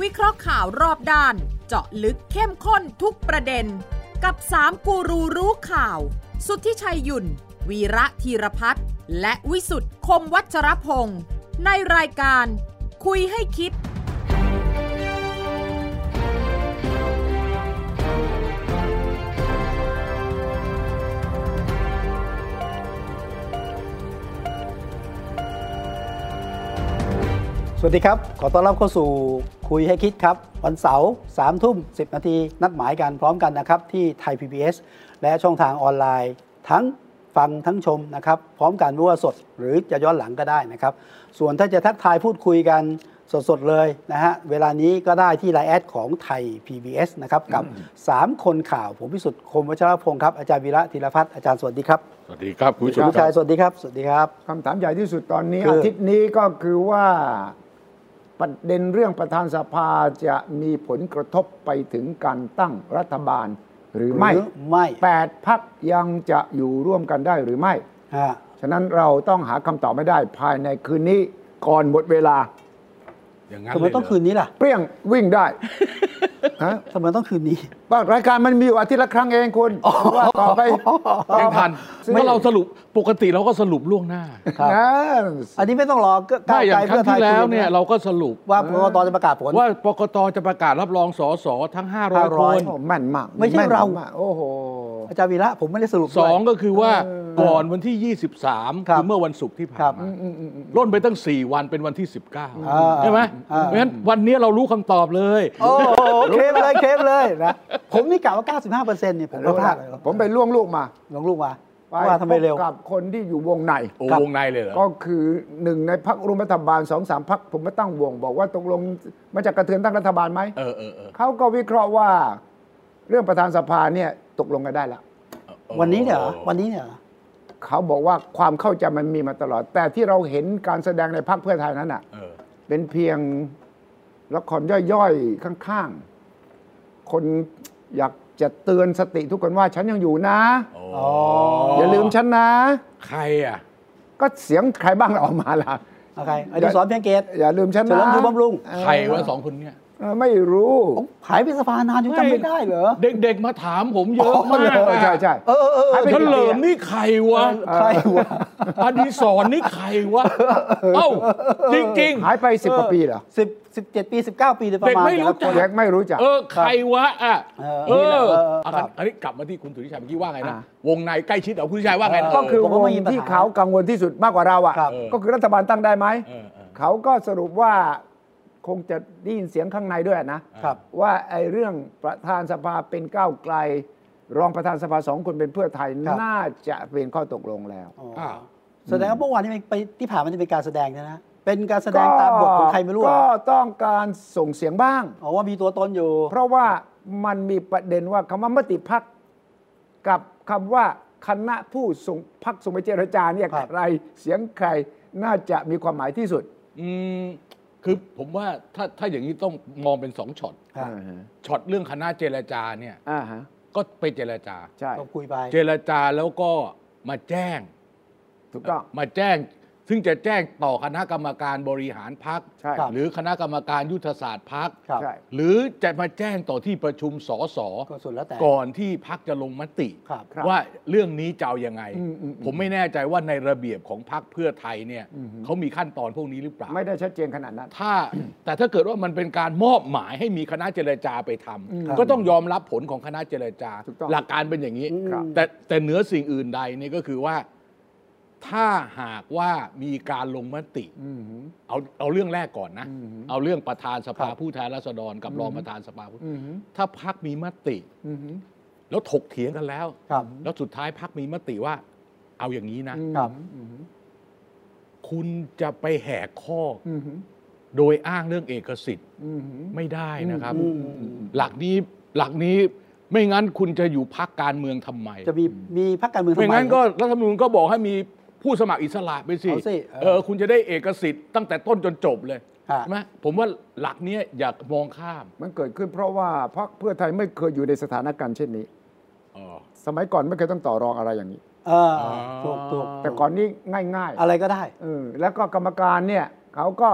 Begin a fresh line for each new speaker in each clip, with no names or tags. วิเคราะห์ข่าวรอบด้าน เจาะลึกเข้มข้นทุกประเด็น กับ 3 กูรูรู้ข่าว สุทธิชัยหยุ่น วีระธีรพัฒน์และวิสุทธ์คมวัชรพงศ์ในรายการ คุยให้คิด
สวัสดีครับ ขอต้อนรับเข้าสู่คุยให้คิดครับ วันเสาร์สามทุ่มสินาที นัดหมายกันพร้อมกันนะครับ ที่ไทย PBS และช่องทางออนไลน์ ทั้งฟังทั้งชมนะครับ พร้อมกันไม่ว่าสดหรือจะย้อนหลังก็ได้นะครับ ส่วนถ้าจะทักทายพูดคุยกันสดๆเลยนะฮะ เวลานี้ก็ได้ที่ไลน์แอดของไทย PBS นะครับ กับ 3 คนข่าวผมพิสุทธิ์คมวัชรพงศ์ครับอาจารย์วีระธีรพัฒน์อาจารย์สวัสดีครับ
สวัสดีครับคุณผู้ช
คุ
ม
ณ
ค
ชา
รั
ย
บ
สวัสดีครับสวัสดีครับ
คำถามใหญ่ที่สุดตอนนี้
คือ
อา
อ
ทิตย์นี้ก็คือว่าประเด็นเรื่องประธานสภาจะมีผลกระทบไปถึงการตั้งรัฐบาล หรือไม่
หรือไม่
แปดพักยังจะอยู่ร่วมกันได้หรือไม่
ฮะ
ฉะนั้นเราต้องหาคำตอบไม่ได้ภายในคืนนี้ก่อนหมดเวลา
อย่างนั้น
ทำไม
เลยเหร
ต้องคืนนี้ล่ะ
เปรี้ยงวิ่งได้ ฮะ
ทำไมต้องคืนนี้
ว่ารายการมันมีอยู่อาทิตย์ละครั้งเองคุณว่าต่อไป
ยังทันเพราะเราสรุปปกติเราก็สรุปล่วงหน้า
ครับ
นะ
อันนี้ไม่ต้องรอก็ก้า
ถ้าว อย่า
ไกล
งครั้
เพื่อง ไทย
ที่แล้วเนี่ยเราก็สรุป
ว่ากรกตจะประกาศผล
ว่ากกตจะประกาศรับรองสสทั้ง 500
500
คน
โอ้แม่นมาก
ไม่ใช่
แน
เรา
มกโอ้โห
อาจารย์วีระผมไม่ได้สรุป
ส
ด้ว
อย งก็คือว่าก่อนวันที่ 23
ครับ
คือเมื่อวันศุกร์ที่ผ่า
ครั
น
บ
มาล่นไปตั้ง 4 วันเป็นวันที่
อ่า
19 ใช่ไหม
อ่า
เพราะฉะนั้นวันนี้เรารู้คำตอบเลย
โอ้โหเคลมเลยเคลมเลยนะผมนี่กะว่า 95เปอร์เซ็นต์เนี่ยผมก็พลาดเลย
ผมไปล่วงลูกมา
ลองลูกมา
ไป
ว่าทำไมเร็ว
พบกับคนที่อยู่วงใน
โอ้
ครับ
วงในเลยเหรอ
ก็คือหนึ่งในพักร่วมรัฐบาลสองสามพักผมมาตั้งวง บอกว่าตกลงมันจะกระเทือนตั้งรัฐบาลไหม
เออเออเออ
เขาก็วิเคราะห์ว่า เรื่องประธานสภาเนี่ยตกลงกันได้ละ
เออ
วันนี้เนี่ยเหรอวันนี้เนี่ยเหรอ
เขาบอกว่าความเข้าใจมันมีมาตลอด แต่ที่เราเห็นการแสดงในพักเพื่อไทยนั้นอ่ะ
เออ
เป็นเพียงละครย่อยๆ ข้างๆ คนอยากจะเตือนสติทุกคนว่าฉันยังอยู่นะ
อ๋อ
อ
อย่
าลืมฉันนะ
ใครอ่ะ
ก็เสียงใครบ้างล่ะออกมาล่ะ
โอเคอดีศรเพียงเกต
อย่าลืมฉัน
เฉ
นะ
ลิมยูบำรุง
ใครวะสองคนเนี่ย
เออไม่รู้
ผมหายไปสภานานจนจำไม่ได้เหรอ
เด็กๆมาถามผมเยอะมาก
เออใช่ใช่
เออเออเออ
หายไป
เฉ
กี่ปี
ลิม
อะ
นี่ใครวะ
ใครวะ
อดีศรนี่ใครวะ เอ้า จริง
หายไปสิบกว่าปีเหรอ
สิบสิบเจ็ดปีสิบเก้าปีโดยประมาณ
เด็กไม่รู้จั
แต่
ก
ละคน
แจ็คไม่รู้จัก
ๆ เออ ใครวะอ่ะ
เออ
เออ
เออ
อ่ะ
ครับ
อันนี้กลับมาที่คุณสุริชัยเมื่อกี้ว่าไงนะ
อ่า
วงในใกล้ชิดเหรอคุณสุริชัยว่าไงนะ
ก็คือ
ผม
ว
ว่าไม่
ง
มีปัญหา
ที่เขากังวลที่สุดมากกว่าเราอ่ะ
ครับ
ก็คือรัฐบาลตั้งได้ไหม
เออเออ
เขาก็สรุปว่าคงจะได้ยินเสียงข้างในด้วยนะครับ ว่าไอ้เรื่องประธานสภาเป็นก้าวไกล รองประธานสภาสองคนเป็นเพื่อไทย
ครับ
น่าจะเป็นข้อตกลงแล้ว
อ๋อ
อ้าว
แสดงว่าเมื่อวานนี้ไปที่ผ่านมันจะเป็นการแสดงนะนะเป็นการแสดงตามบทของใครไม่รู้
ก็
อะ
ต้องการส่งเสียงบ้าง
อ๋อว่ามีตัวตนอยู่
เพราะว่ามันมีประเด็นว่าคำว่ามติพักกับคำว่าคณะผู้ส่งพักส่งไปเจรจาเนี่ย
ครับ
ใครเสียงใครน่าจะมีความหมายที่สุด
อืมคือผมว่าถ้าถ้าอย่างนี้ต้องมองเป็นสองช็อต
ครับ
ช็อตเรื่องคณะเจรจาเนี่ย
อ่าฮะ
ก็ไปเจรจา
ใช่
ก็คุยไป
เจรจาแล้วก็มาแจ้ง
ถูกต้อง
มาแจ้ง ซึ่งจะแจ้งต่อคณะกรรมการบริหารพัก
ใช่
ครับ
หรือคณะกรรมการยุทธศาสตร์พัก
ครับ
ใช่
หรือจะมาแจ้งต่อที่ประชุมสส
ก็สุดแล้วแต่
ก่อนที่พักจะลงมติ
ครับ
ครับ
ว่าเรื่องนี้จะเอายังไง
อืมอืมอืม
ผมไม่แน่ใจว่าในระเบียบของพักเพื่อไทยเนี่ยเขามีขั้นตอนพวกนี้หรือเปล่า
ไม่ได้ชัดเจนขนาดนั้น
ถ้า แต่ถ้าเกิดว่ามันเป็นการมอบหมายให้มีคณะเจรจาไปทำก็ต้องยอมรับผลของคณะเจรจา
ถูกต้อง
หลักการเป็นอย่างนี้
ครับ
แต่แต่เหนือสิ่งอื่นใดเนี่ยก็คือว่า ถ้าหากว่ามีการลงมติ
อืมฮึ
เอาเอาเรื่องแรกก่อนนะ เอาเรื่องประธานสภาผู้แทนราษฎรกับรองประธานสภาผู้
อืมฮึ
ถ้าพักมีมติ
อืมฮึ
แล้วถกเถียงกันแล้ว
ครับ
แล้วสุดท้ายพักมีมติว่า เอาอย่างนี้นะ
ครับ
อืมฮึ
คุณจะไปแหกข้อ
อืมฮึ
โดยอ้างเรื่องเอกสิทธิ์
อืมฮึ
ไม่ได้นะครับ
อืม
หลักนี้หลักนี้ไม่งั้นคุณจะอยู่พักการเมืองทำไม
จะมีมีพรรคการเมืองทำไม
ไม่งั้นก็รัฐธรรมนูญก็บอกให้มีผู้สมัครอิสระไปสิ
เอาสิเออ
เออคุณจะได้เอกสิทธิ์ตั้งแต่ต้นจนจบเลย
ฮะ
ใช่ไหมผมว่าหลักเนี้ยอย่ามองข้าม
มันเกิดขึ้นเพราะว่าพรรคเพื่อไทยไม่เคยอยู่ในสถานการณ์เช่นนี้
อ๋อ
สมัยก่อนไม่เคยต้องต่อรองอะไรอย่างนี้
เออถูกถูก
แต่ก่อนนี้ง่ายๆ
อะไรก็ได้
เออแล้วก็กรรมการเนี่ยเขาก็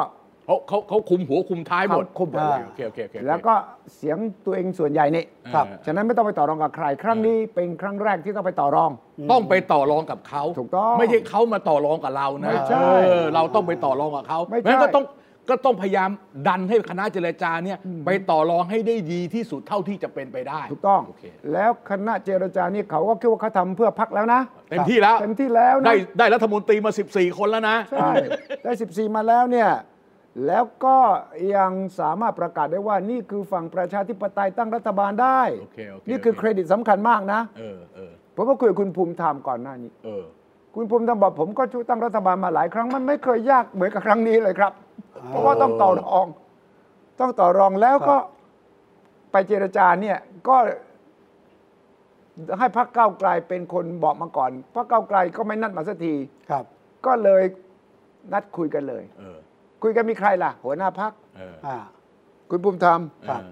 เขาเขาเขาคุมหัวคุมท้ายหมด
ครับคุมหมด
อ่าโอเคโอเคโอเคโอเค
แล้วก็เสียงตัวเองส่วนใหญ่นี่
ครับ
ฉะนั้นไม่ต้องไปต่อรองกับใคร ครั้งนี้เป็นครั้งแรกที่ต้องไปต่อรอง
ต้องไปต่อรองกับเขา
ถูกต้อง
ไม่ใช่เขามาต่อรองกับเรานะ
ไม่ใช่
เออเราต้องไปต่อรองกับเขา
ไม่ใช่
งั้นก็ต้องก็ต้องพยายามดันให้คณะเจรจาเนี่ยไปต่อรองให้ได้ดีที่สุดเท่าที่จะเป็นไปได้
ถูกต้อง
โอเค
แล้วคณะเจรจานี่เขาก็คิดว่าเขาทำเพื่อพักแล้วนะ
เต็มที่แล้ว
เต็มที่แล้วนะ
ได้ได้รัฐมนตรีมา 14 คนแล้วนะ
ใช่ ได้ 14 มาแล้วเนี่ย แล้วก็ยังสามารถประกาศได้ว่านี่คือฝั่งประชาธิปไตยตั้งรัฐบาลได้
โอเคโอเค
นี่คือ
โอเค
เครดิตสำคัญมากนะ
เออเออ
ผมก็คุยกับคุณภูมิธรรมก่อนหน้านี้
เออ
คุณภูมิธรรมบอกผมก็ช่วยตั้งรัฐบาลมาหลายครั้งมันไม่เคยยากเหมือนกับครั้งนี้เลยครับ เพราะว่าต้องต่อรอง ต้องต่อรองแล้วก็ไปเจรจาเนี่ยก็ให้พรรคก้าวไกลเป็นคนบอกมาก่อนพรรคก้าวไกลก็ไม่นัดมาสักที
ครับ
ก็เลยนัดคุยกันเลย
เออ
คุยกันมีใครล่ะ หัวหน้าพัก
เออ
อ่า
คุณภูมิธรรม
ครับ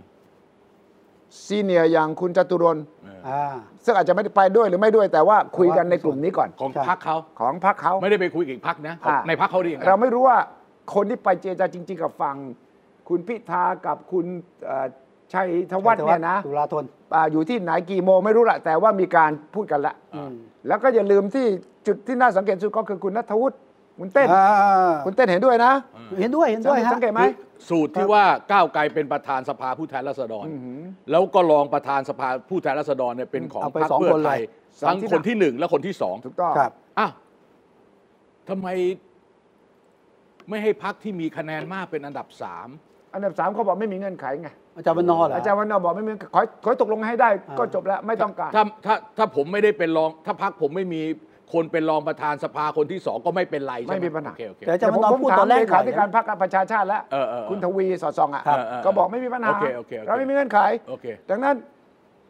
ซีเนียร์อย่างคุณจตุรนต์
เออ
อ่า
ซึ่งอาจจะไม่ได้ไปด้วยหรือไม่ด้วยแต่ว่าคุยกันในกลุ่มนี้ก่อน
ของพักเขา
ของพักเขา
ไม่ได้ไปคุยกับอีกพักนะ
อ่า
ในพักเขาเรียก
เราไม่รู้ว่าคนที่ไปเจรจาจริง ๆ กับฝั่งคุณพิธากับคุณเอ่อชัยธวัฒน์เนี่ยนะ
ตุลาธน
อ่าอยู่ที่ไหนกี่โมงไม่รู้ละแต่ว่ามีการพูดกันละแล้วก็อย่าลืมที่จุดที่น่าสังเกตสุดก็คือคุณนัทวุฒิคุณเต้น
อ่า
คุณเต้นเห็นด้วยนะ
เห็นด้วยเห็นด้วยฮะ
สังเกตไหม
สูตรที่ว่าก้าวไกลเป็นประธานสภาผู้แทนราษฎร แล้วก็รองประธานสภาผู้แทนราษฎรเนี่ยเป็นของ
เอา
พร
ไปส
รค
อง
เพื่อ
คนเลย
ไทยทั้ง
สองที่
คนที่หนึ่งและคนที่สอง
ถูกต้อง
ครับ
อ้าวทำไมไม่ให้พักที่มีคะแนนมากเป็นอันดับสาม
อันดับสามเขาบอกไม่มีเงื่อนไขไง
อาจารย์วันนอร์เหรอ
อา
อา
จารย์วันนอบอกไม่มีขอขอให้ตกลงให้ได้
อ่า
ก็จบแล้วไม่ต้องการ
ถ้าถ้าถ้าผมไม่ได้เป็นรอง ถ้าพักผมไม่มีคนเป็นรองประธานสภาคนที่สองก็ไม่เป็นไรใช่ไหม
ไม่มีปัญหา
โอเคโอเค
แต่อาจารย์วันนอร์
ผม
พูด
ถาม
ตอนแรก
เล
ก่
ขา
อน
ธิการ
นะ
พรรคประชาชาติแล้ว
เออเออเออ
คุณทวีสอดส่องอ่ะ
เออเออเออ
ก็บอกไม่มีปัญหา
โอเคโอเคโอเค
เราไม่มีเงื่อนไข
โอเค
ดังนั้น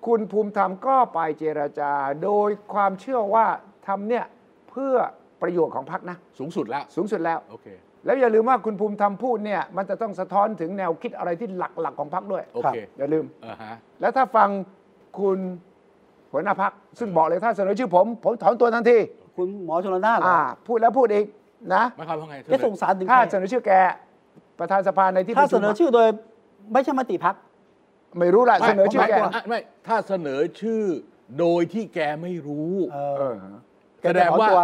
คุณภูมิธรรมก็ไปเจรจา โดยความเชื่อว่าทำเนี่ยเพื่อประโยชน์ของพรรคนะ
สูงสุดแล้ว
สูงสุดแล้ว
โอเค
แล้วอย่าลืมว่าคุณภูมิธรรมพูดเนี่ยมันจะต้องสะท้อนถึงแนวคิดอะไรที่หลักๆของพรรคด้วย
โอเค
อย่าลืม
เออฮะ
แล้วถ้าฟังคุณหัวหน้าพักซึ่งบอกเลยถ้าเสนอชื่อผมผมถอนตัวทันที
คุณหมอชนละนานเหรอ
อ่าพูดแล้วพูดอีกนะ
ไม่ครับว่าไง
แกส่งสารถึงใค
ถ้าร เสนอชื่อแก ประธานสภาในที่
ถ้า
ประ
เส
ชุม
นอ
อะ
ชื่อโดยไม่ใช่มติพัก
ไม่รู้ละ
ไม่
เสนอชื่อแก
ไม่ไม่ไม่ ถ้าเสนอชื่อโดยที่แกไม่รู้
เอ
เอ
อ
อ
ก
แสด
จะ
ง
ถอน
ว่า
ตัว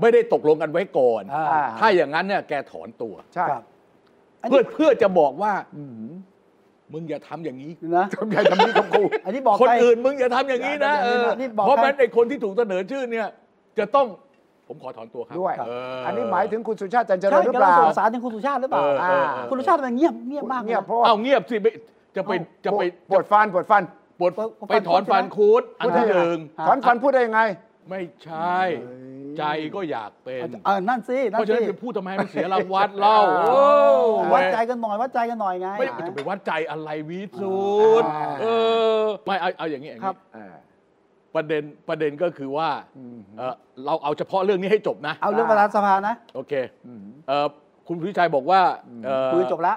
ไม่ได้ตกลงกันไว้ก่อน
อ่า
อ่า
ถ้าอย่างนั้นเนี่ยแกถอนตัว
ใช่
ครับ
เพื่อเพื่อจะบอกว่ามึงอย่าทำอย่างนี้
นะ
ทำใหญ่ทำนี้กับกู
อันนี้บอก
คน
ใคร
อื่นมึงอย่าทำอย่างนี้นะเอย่
อา
อ
ทำอย่างนี้นะนี่บอก
เพราะ
ใคร
มันไอคนที่ถูกเสนอชื่อเนี่ย จะต้องผมขอถอนตัวครับ
ด้วย
เ
อันนี้หมายถึงคุณสุชาติจันทร์เจ
ใช่
ริญหรือก
ำ
เป
ลัง
ล่า
ส่งสารถึงคุณสุชาติหรือเปล่า
เออเออเออ
คุณสุชาติมันเงียบเงียบมากลนะ
เนี่ยเพราะว่า
เอาเงียบสิไม่จะไปจะไป
ปวดฟันปวดฟัน
ปวด
ปวดฟัน
ไปถอนฟันคูดอัน
พูดได้
ที่
ยั
ห
ไง
นึ่ง
ฮะ
ถอนฟันพูดได้ยังไง
ไม่ใช่ ใจก็อยากเป็น
เออนั่นสิ
เพ
นั่น
ราะฉะ
สิ
นั้นจะพูดทำไมให้มันเสียรางวัลเล่า
อ่า
โอ้
วัดใจกันหน่อยวัดใจกันหน่อยไง
ไม่ไม่จะไปวัดใจอะไรวิสุทธ์
อ่า
เออไม่เอาเอาอย่างนี้อย่าง
ครั
นี้
บ
เออ
ประเด็นประเด็นก็คือว่า
อืม
เอ่อเราเอาเฉพาะเรื่องนี้ให้จบนะ
เอาเรื่องประธานสภานะ
โอเค
อืม
เอ่อคุณพิชัยบอกว่าเอ่อ
คุยจบละ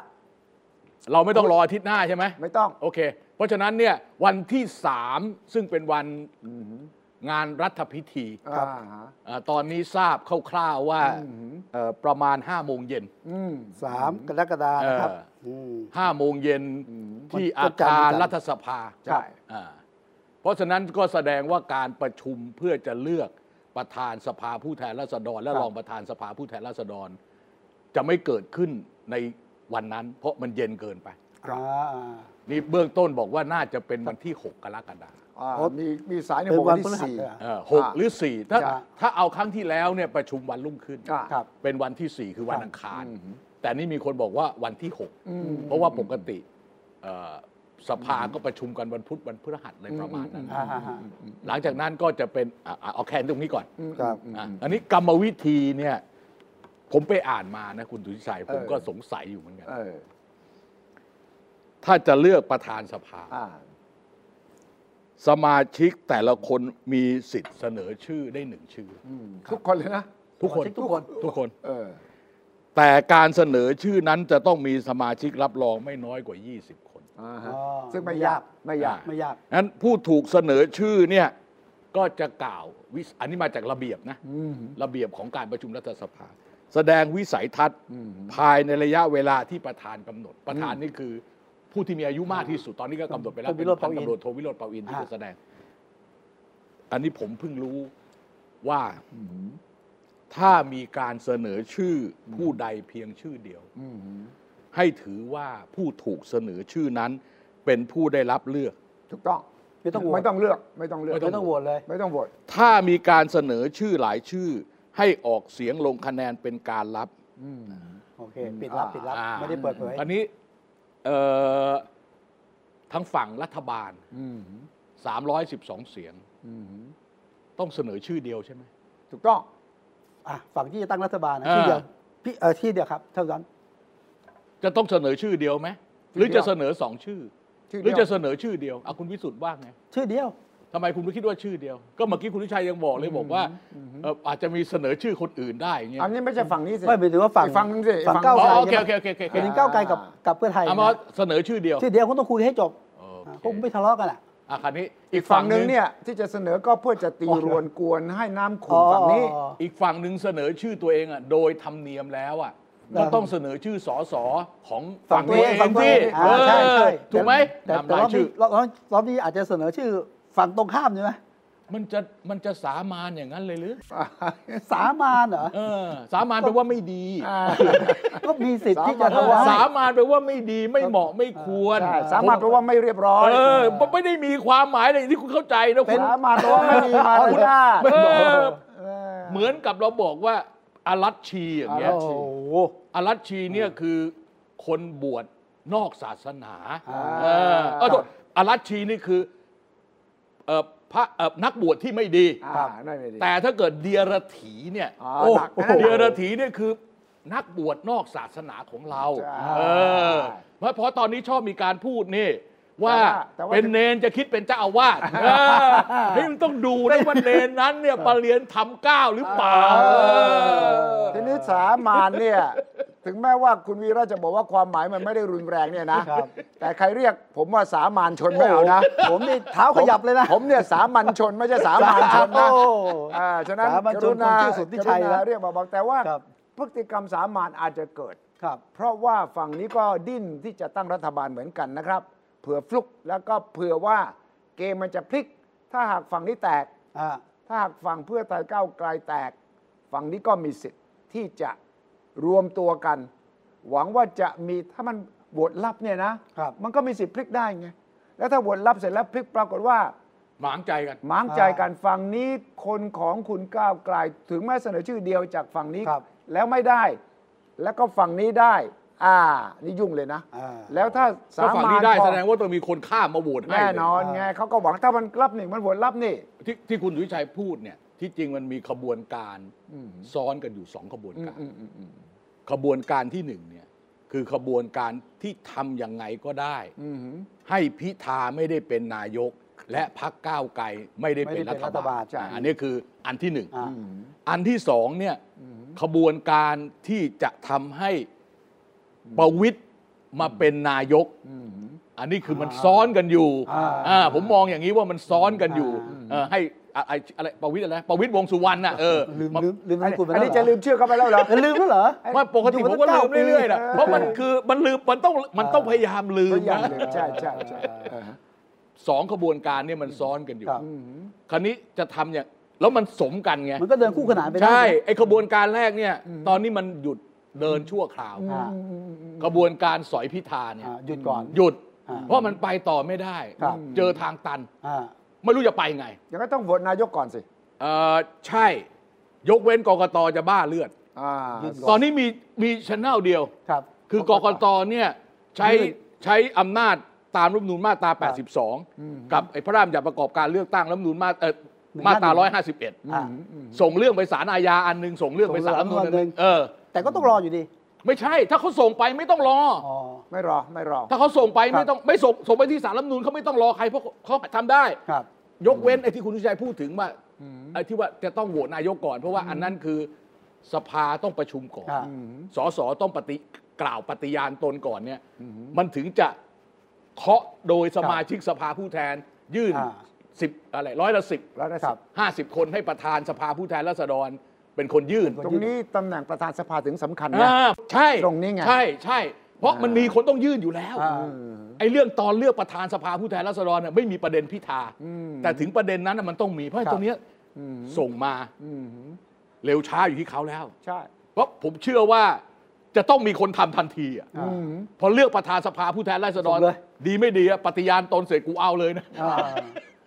เราไม่ต้องรออาทิตย์หน้าใช่ไหม
ไม่ต้อง
โอเค เพราะฉะนั้นเนี่ยวันที่ 3 ซึ่งเป็นวันงานรัฐพิธี
ครับ
เอ่อตอนนี้ทราบคร่าวๆว่าเอ่อประมาณ5โมงเย็น
อืม
สามกรกฎาคมนะครับ
เออ
ม
5โมงเย็นที่
วันจั
อา
ดการ
คาร
จัดการ
รัฐสภา
ใช่
อ่าเพราะฉะนั้นก็แสดงว่าการประชุมเพื่อจะเลือกประธานสภาผู้แทนราษฎร และรองประธานสภาผู้แทนราษฎร จะไม่เกิดขึ้นในวันนั้น เพราะมันเย็นเกินไป
อ่า
นี่เบื้องต้นบอกว่าน่าจะเป็นวันที่ 6 กรกฎาคม
อ่า
ครับ
มีมีสายใน
เป็
บ
น
อก
วั
วัน น
พฤหั
ที่
ส
สี่
เหรอ
เออหก
อ่า
หรือ 4 ถ้า
ใช่
ถ้าเอาครั้งที่แล้วเนี่ยประชุมวันรุ่งขึ้น
อ่า
ครับ
เป็นวันที่ 4 คือวันอังคาร
อืม
แต่นี่มีคนบอกว่าวันที่
อืม
6 เพราะว่าปกติเอ่อสภาก็ประชุมกันวันพุธวันพฤหัสอะไรประมาณนั้น
อ่าฮะฮะ
หลังจากนั้นก็จะเป็นอ่ะอ่ะเอาแคนตรงนี้ก่อน
ครับ
อ่ะอันนี้กรรมวิธีเนี่ยผมไปอ่านมานะคุณสุทธิชัยผม
เออ
ก็สงสัยอยู่เหมือนกัน
เออ
ถ้าจะเลือกประธานสภา
อ่า
สมาชิกแต่ละคนมีสิทธิ์เสนอชื่อได้หนึ่งชื่อ
อืมทุกคนเลยนะ
ทุกคน
ทุกคน
ทุกคน
เออ
แต่การเสนอชื่อนั้นจะต้องมีสมาชิกรับรองไม่น้อยกว่า 20 คน
อ่า
อ๋
ฮะ
อ
ซึ่งไม่ยากไม่ยาก
ไม่ยาก
นั้นผู้ถูกเสนอชื่อเนี่ยก็จะกล่าววิสอันนี้มาจากระเบียบนะ ระเบียบของการประชุมรัฐสภา แสดงวิสัยทัศน์ภายในระยะเวลาที่ประธานกำหนด ประธานนี่คือผู้ที่มีอายุมากที่สุดตอนนี้ก็กำหนดไปแล้ว
ท่านวิ
เป็น
โรจน์
พัน
เปาอิน
ตำรวจโทวิโรจน์เปาอินที่
อ่า
จะแสดง อันนี้ผมเพิ่งรู้ว่าถ้ามีการเสนอชื่ออผู้ใดเพียงชื่อเดียว ให้ถือว่าผู้ถูกเสนอชื่อนั้น เป็นผู้ได้รับเลือก
ถูกต้อง
ไม่ต้องโหวต
ไม่ต้องเลือก ไม่ต้องเลือก
ไม่ต้องโหวตเลย
ไม่ต้องโหวต
ถ้ามีการเสนอชื่อหลายชื่อ ให้ออกเสียงลงคะแนนเป็นการรับ
โอเค ปิดรับปิดรับ
อ่า
ไม่ได้เปิดเผย
อันนี้เอ่อทั้งฝั่งรัฐบาล 312 เสียง ต้องเสนอชื่อเดียวใช่ไหม
ถูกต้อง
อ่ะฝั่งที่จะตั้งรัฐบาลนะ
อ่า
ที่เดียวพี่เออที่เดียวครับเท่านั้น
จะต้องเสนอชื่อเดียวไหม
ชื่
ห
อ
รือ
เดียว
จะเสนอสองชื่อ
ชื่อ
หรือ
เดียว
จะเสนอชื่อเดียวเอาคุณวิสุทธ์ว่าไง
ชื่อเดียว
ทำไมคุณไม่คิดว่าชื่อเดียว ก็เมื่อกี้คุณวิชัยยังบอกเลยบอกว่าเอ่ออาจจะมีเสนอชื่อคนอื่นได้อย่างเงี้ย
อันนี้ไม่ใช่ฝั่งนี้สิ
ไม่หมายถึงว่าฝั่ง
อีกฝั่งนึงสิ
ฝั่งก้าว
อ๋อ
ไกล
โอเคโอเคโอเคโอเค
เป็นถึงก้าวไกลกับกับเพื่อไทย
เอามาเสนอชื่อเดียว
ชื่อเดียวคงต้องคุยให้จบ
โอ
อ่ะ
เค
คงไม่ทะเลาะกันอ่ะ
อ่ะคันนี้
อี
อี
ก
ก
ฝั่
ฝั่
ง
ง
ห
ห
นึ่
นึ่
ง
ง
เนี่ยที่จะเสนอก็เพื่อจะตี
อ๋อ
รวนกวนให้น้ำขุ่นฝั่งนี้
อ๋อ
อีกฝั่งหนึ่งเสนอชื่อตัวเองอ่ะโดยธรรมเนียมแล้วอ่ะก็ต้องเสนอชื่อสอสอของฝั่งตัวเอง
ฝั่งตัว
สิ
เอง
เอ
อ่าใช่
อ
ใช่
ถูกไหม
แต่แต่
นำราย
รอบ
ชื่
นี้
อ
รอบรอบนี้อาจจะเสนอชื่อฝั่งตรงข้ามใช่ไหม
มันจะมันจะสามานอย่างนั้นเลยหรือ
สามานเหรอ
เออ สามานแปลว่าไม่ดี
ก็มีสิทธิ์ที่จะ
สา
ทำ
มาน
ได้
สามานแปลว่าไม่ดีไม่เหมาะไม่ควร
ใช่สามารถแปลว่าไม่เรียบร้อย
เออมันไม่ได้มีความหมายอะไรอย่างที่คุณเข้าใจนะ
เป็
คุ
น
ณ
สามารถแปลว่าไม่มีมารยาท
เออ
เออ
เหมือนกับเราบอกว่าอารัชชีอย่างเงี้ย
อารัชชี
โอ้โห
อารัชชีเนี่ยคือคนบวชนอกศาสนา
อ่า
เออเออโทษอารัชชีนี่คือเออพระเออนักบวชที่ไม่ดี
อ่านั่นไม่ดี
แต่ถ้าเกิดเดียรถีเนี่ย
อ๋อ
โอ้
หนักนะ
เดียรถีเนี่ยคือนักบวชนอกศาสนาของเรา
ใช่
เออเพราะเพราะตอนนี้ชอบมีการพูดนี่ ว่า
แต่ว่า
เป็นเนนจะคิดเป็นเจ้าอาวาสเออเฮ้ยมันต้องดูนะว่าเนนนั้นเนี่ยปรเรียนทำก้าวหรือเปล่าเออ
ทีนี้สามานเนี่ยถึงแม้ว่าคุณวีระจะบอกว่าความหมายมันไม่ได้รุนแรงเนี่ยนะ
ครับ
แต่ใครเรียกผมว่าสามานชนไม่เอานะ
ผมนี่เท้าขยับเลยนะ
ผมเนี่ยสามัญชนไม่ใช่สามานชนนะ
โอ้
อ่าฉะนั้น
สามัญชน
กรุณา
ของชื่อสุทธิชัย
กรุ
นะ
ณาเรียกเบาๆแต่ว่า
ครับ
พฤติกรรมสามานอาจจะเกิด
ครับ
เพราะว่าฝั่งนี้ก็ดิ้นที่จะตั้งรัฐบาลเหมือนกันนะครับเผื่อฟลุกแล้วก็เผื่อว่าเกมมันจะพลิก ถ้าหากฝั่งนี้แตก
อ่า
ถ้าหากฝั่งเพื่อไทยก้าวไกลแตก ฝั่งนี้ก็มีสิทธิ์ที่จะรวมตัวกัน หวังว่าจะมีถ้ามันโหวตลับเนี่ยนะ
ครับ
มันก็มีสิทธิ์พลิกได้ไง แล้วถ้าโหวตลับเสร็จแล้วพลิกปรากฏว่า
หมางใจกัน
หมางใจกันฝั่งนี้คนของคุณก้าวไกล ถึงแม้เสนอชื่อเดียวจากฝั่งนี้
ครับ
แล้วไม่ได้ แล้วก็ฝั่งนี้ได้ อ่า นี่ยุ่งเลยนะ
อ่า
แล้วถ้าสา
ถ้าฝั่งนี้
มัญ
ได้
พอ
แสดงว่าต้องมีคนข้ามมาโหวตให้
แน่
เลย
นอนไงเขาก็หวังถ้ามันรับนี่มันโหวตลับนี่
ที่ที่คุณสุวิชัยพูดเนี่ยที่จริงมันมีขบวนการซ้อนกันอยู่สองขบวนการ ขบวนการที่หนึ่งเนี่ยคือขบวนการที่ทำยังไงก็ได้ ให้พิธาไม่ได้เป็นนายก และพักก้าวไกลไม่ได้เป็น
ไม่ได้
รั
เป็น
ฐ
รัฐบา
บา
ล
ล
ใช่
อ่ะอันนี้คืออันที่หนึ่ง
อ่า
อันที่สองเนี่ยขบวนการที่จะทำให้ประวิตย์มาเป็นนายก อันนี้คือมันซ้อนกันอยู่
อ่า
อ่าผมมองอย่างนี้ว่ามันซ้อนกันอยู่
อ่า
เออให้อะไอ้อะไรประวิตย์อะไรนะประวิตย์วงษ์สุวรรณน่ะเออ
ลืม
มา
ลืมลืมนามสกุลไป
อัน
แล้ว
นี้จะลืมชื่อเขาไปแล้วเหรอ
เออลืมแล้วเหรอ
ไม่ปกติผมก็ลืมเรื่อยๆนะ
เออ
เพราะมันคือมันลืมมันต้องมันต้องพยายามลืม
ก็อย่าง
นะ
หนึ่งใช่ใช่ใช่เออ
สองขบวนการเนี่ยมันซ้อนกันอยู่
ครับ
คราวนี้จะทำอย่างแล้วมันสมกันไง
มันก็เดินคู่ขนานไปได้
ใช่ไอ้ขบวนการแรกเนี่ย ตอนนี้มันหยุดเดินชั่วคราว
อ่า
ขบวนการสอยพิธาเนี่ย
อ่าหยุดก่อน
หยุด
อ่า
เพราะมันไปต่อไม่ได้
ครับ
เจอทางตัน
อ่า
ไม่รู้จะไปไง
อย่างก็ต้องโหวตนายกก่อนสิ
เออใช่ ยกเว้นกกตจะบ้าเลือด
อ่า
ยื่นก่
ตอนนี้มีมีชแนลเดียว
ครับ
คือกกตเนี่ยใช้
ยื่น
ใช้อำนาจตามรัฐธรรมนูญมาตรา 82 กับไอ้พระราชบัญญัติประกอบการเลือกตั้งรัฐธรรมนูญมาเอ่อมาตรา
อ่า
151 ส่งเรื่องไปศาลอาญาอันหนึ่งส่งเรื่องไปศาลรัฐธรรมนูญอันหนึ่งเออ
แต่ก็ต้องรออยู่ดี
ไม่ใช่ ถ้าเขาส่งไปไม่ต้องรอ
อ๋อ
ไม่รอไม่รอ
ถ้าเขาส่งไปไม่ต้องไม่ส่งส่งไปที่ศาลรัฐธรรมนูญเขาไม่ต้องรอใครเพราะเขาทำได้
ครับ
ยกเว้นไอ้ที่คุณวิชัยพูดถึงว่าไอ้ที่ว่าจะต้องโหวตนายกก่อน เพราะว่าอันนั้นคือสภาต้องประชุมก่อน
อ่า
สสต้องปฏิกล่าวปฏิญาณตนก่อนเนี่ยมันถึงจะเคาะโดยสมาชิกสภาผู้แทน ยื่น
อ่า
สิบอะไรร้อยละสิบ
แล้วนะ
ค
ค
รั
รับ บ
ห้าสิบคนให้ประธานสภาผู้แทนราษฎร เป็นคนยื่น
ตรงนี้ตำแหน่งประธานสภาถึงสำคัญนะ
อ่าใช่
ตรงนี้ไง
ใช่ใช่ เพราะมัน
อ่ามี
มีคนต้องยื่นอยู่แล้ว
อ่า
ไอ้เรื่องตอนเลือกประธานสภาผู้แทนราษฎรเนี่ยไม่มีประเด็นพิธา แต่ถึงประเด็นนั้นน่ะมันต้องมี เพราะไอ้
ครับ
ตัวเนี้ยส่งมา
อืม
เร็วช้าอยู่ที่เขาแล้ว
ใช่
เพราะผมเชื่อว่าจะต้องมีคนทำทันทีอ่ะ
อ่า
อืม
พอเลือกประธานสภาผู้แทนราษฎร
ส่งเลย
ดีไม่ดีอะปฏิญาณตนเสร็จกูเอาเลยนะ
อ่า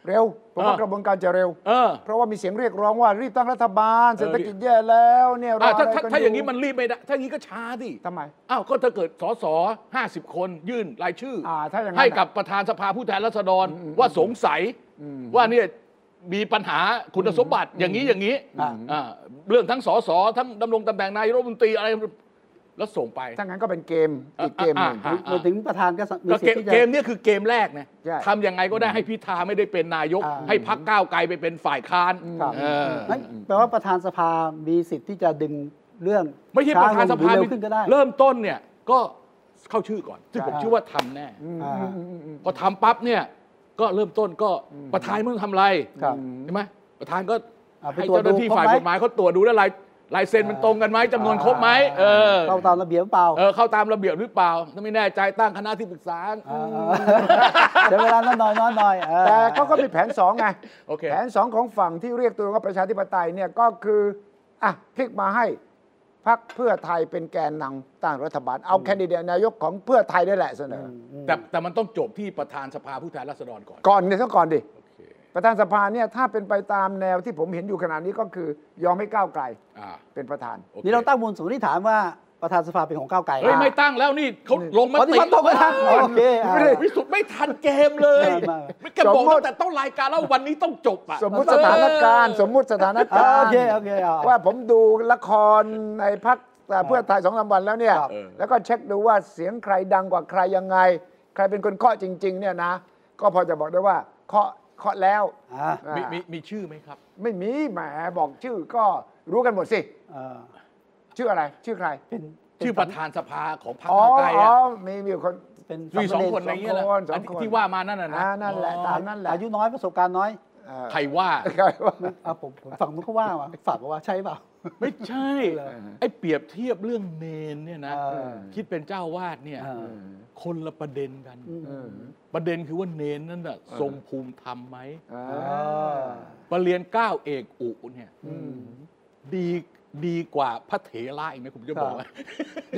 เร็วผมว่า
อ่าก
กระบวนการจะเร็ว
เออ
เพราะว่ามีเสียงเรียกร้องว่ารีบตั้งรัฐบาล
เออ
เศรษฐกิจแย่แล้วเนี่ยรอ
อ่ะ
อะไร
ถ้าถ้า
กัน
ถ้าอย่างนี้
นี้
มันรีบไม่ได้ ถ้าอย่างนี้ก็ช้าดิ
ทำไม
อ้าวก็ถ้าเกิดสสห้าสิบคนยื่นรายชื่ออา
ถ้าอย่างนั้น
ให้
น่ะ
กับประธานสภาผู้แทนราษฎรว่าสงสัยว่าเนี่ยมีปัญหาคุณสมบัติอย่างนี้อย่างนี้
อ่า
อ่าเรื่องทั้งสสทั้งดำรงตำแหน่งนายกรัฐมนตรีอะไรแล้วส่งไป
ถ้างั้นก็เป็นเกมอีกเกมหนึ่ง
อ่า
มาถึงประธานก็มี
ก็
สิท
เกม
ธิ์ที่จะ
เกมเนี่ยคือเกมแรกนะ
ใช่
ทำยังไงก็ได้ให้พิธาไม่ได้เป็นนายก
อ่า
ให้พักก้าวไกลไปเป็นฝ่ายค้าน
ครับ
เออ
นั่นแปลว่าประธานสภามีสิทธิ์ที่จะดึงเรื่อง
ไม่ใช่ประธานสภา
ช้ลงหรือเร็วขึ้นก็ได้
เริ่มต้นเนี่ยก็เข้าชื่อก่อนซึ่งผม
ใช่
เชื่อว่าทำแน่
อืม
อ่า
อืมอืมอืม
พอทำปั๊บเนี่ยก็เริ่มต้นก็ประธานไม่ต้องทำอะไร
ครับ
ใช่ไหมประธานก็
อ่ะไป
ให้
ตรวจ
เจ้าหน้าที่ฝ่ายกฎหมายเขาตรวจดูแล้วลายลายเซ็นมันตรงกันไหมจำนวนครบไหมเออ
เข้าตามระเบียบเปล่า
เออเข้าตามระเบียบหรือเปล่าถ้าไม่แน่ใจตั้งคณะที่ปรึกษา
เดี๋ยวเวลาน้อยน้อยๆหน่อยออ
แต่เขาก็มีแผนสองไง
โอเค
แผนสองของฝั่งที่เรียกตัวเองว่าประชาธิปไตยเนี่ยก็คืออ่ะพลิกมาให้พักเพื่อไทยเป็นแกนนำตั้งรัฐบาล เอาแคนดิเดตนายกของเพื่อไทยได้แหละเสนออ
แต่แต่มันต้องจบที่ประธานสภาผู้แทนราษฎรก่อน
ก่อนเนี่ยต้องก่อนดิ ประธานสภาเนี่ยถ้าเป็นไปตามแนวที่ผมเห็นอยู่ขณะนี้ก็คือยอมให้ก้าวไกล
อ่า
เป็นประธาน
โอค
นี่เราตั้งมูลสมมติฐานว่าประธานสภาเป็นของก้าวไกล
เฮ้ยไม่ตั้งแล้วนี่เขาลงม
อ๋อที่
ติ
พันตกไปทางโอเคอ่า
ไม่ได้
วิสุทธ์ไม่ทันเกมเลย
ไม่ไม่
ไม่กระบอก
สมมุติ
ตั้งแต่ต้องรายการแล้ววันนี้ต้องจบอ่ะ
สมมุติสถานการณ์
เออ
สมมุติสถาน
อ่า
การ
โอ
ณ์
เคโอเคเอา
ว่าผมดูละครในพักเพื่อไทยสองสามวันแล้วเนี่ย
ครับ
เออ
แล้วก็เช็คดูว่าเสียงใครดังกว่าใครยังไง ใครเป็นคนเคาะจริง ๆ เนี่ยนะ ก็พอจะบอกได้ว่าเคาะเคาะแล้ว
อ่า
อ่า
มีมีมีชื่อไหมครับ
ไม่มีแหมบอกชื่อก็รู้กันหมดสิ
เออ
ชื่ออะไร ชื่อใคร
เป็น
ชื่อประธานสภาของพรรค
อ๋อ
ก้าวไกล
อ๋
อ่ะ
อมีมีคน
เป็น
มีสองคน
สาม
ใน
เณร
นี้แหละ
สองคน
อัน
สองคน
ที่ว่ามานั่นน่ะนะ
อ่านั่นแหละ
อ๋อ
ตามนั้นแหละ
อายุน้อยประสบการณ์น้อย
เอ่อ
ใครว่า
ใครว่า
ไม่เอาผมผมฝั่งนู้นเขาว่ามาฝากมาว่าใช่เปล่า
ไม่ใช่ ไอ้เปรียบเทียบเรื่องเนนเนี่ยนะ
เออ
คิดเป็นเจ้าวาดเนี่ย
เออ
คนละประเด็นกัน
อืม
ประเด็นคือว่าเนนนั่นน่ะทรงภูมิธรรมไหม
เออ
ประเรียนเก้าเอกอุเนี่ย
อืม
ดีดีกว่าพระเถระอีกนะผมจะบอกว่า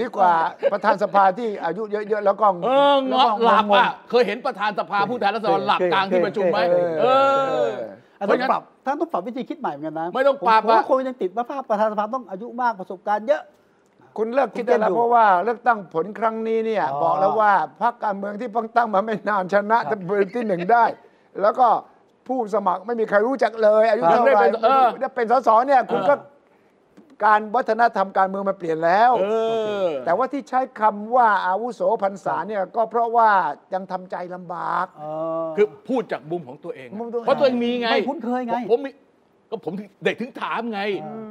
ดีกว่าประธานสภาที่อายุเยอะ ๆ แล้วก็
เออเงาะหลับอ่ะ เคยเห็นประธานสภาผู้แทนราษฎรหลับกลางที่ประชุมไหม
เออ
เออ
อาจ
เพราะ
จะ
ฉะนั้น
ปรับท่านต้องปรับวิธีคิดใหม่เหมือนกันนะ
ไม่ต้องปรับ
ผมว่า
อะ
คนยังติดว่าภาพประธานสภาต้องอายุมากประสบการณ์เยอะ
คุณเลิกคิดได้
ผม
แล้ว
จะดู
เพราะว่าเลือกตั้งผลครั้งนี้เนี่ย
อ๋อ
บอกแล้วว่าพรรคการเมืองที่เพิ่งตั้งมาไม่นานชนะทำเบอร์ที่หนึ่งได้ แล้วก็ผู้สมัครไม่มีใครรู้จักเลย อายุ
ครับ
เท่าไหร่ไม่รู้
เออ
ได้เป็นสสเนี่ยคุณก็การวัฒนธรรมการเมืองมันเปลี่ยนแล้ว
เออ
แต่ว่าที่ใช้คำว่าอาวุโสพรรษาเนี่ยก็เพราะว่ายังทำใจลำบาก
เออ
คือพูดจากมุมของตัวเองอะ
มุมตัวเอง
เพราะตัวเองมีไง
ไม่คุ้นเคยไง
ผมผมมีก็ผมเด็กถึงถามไง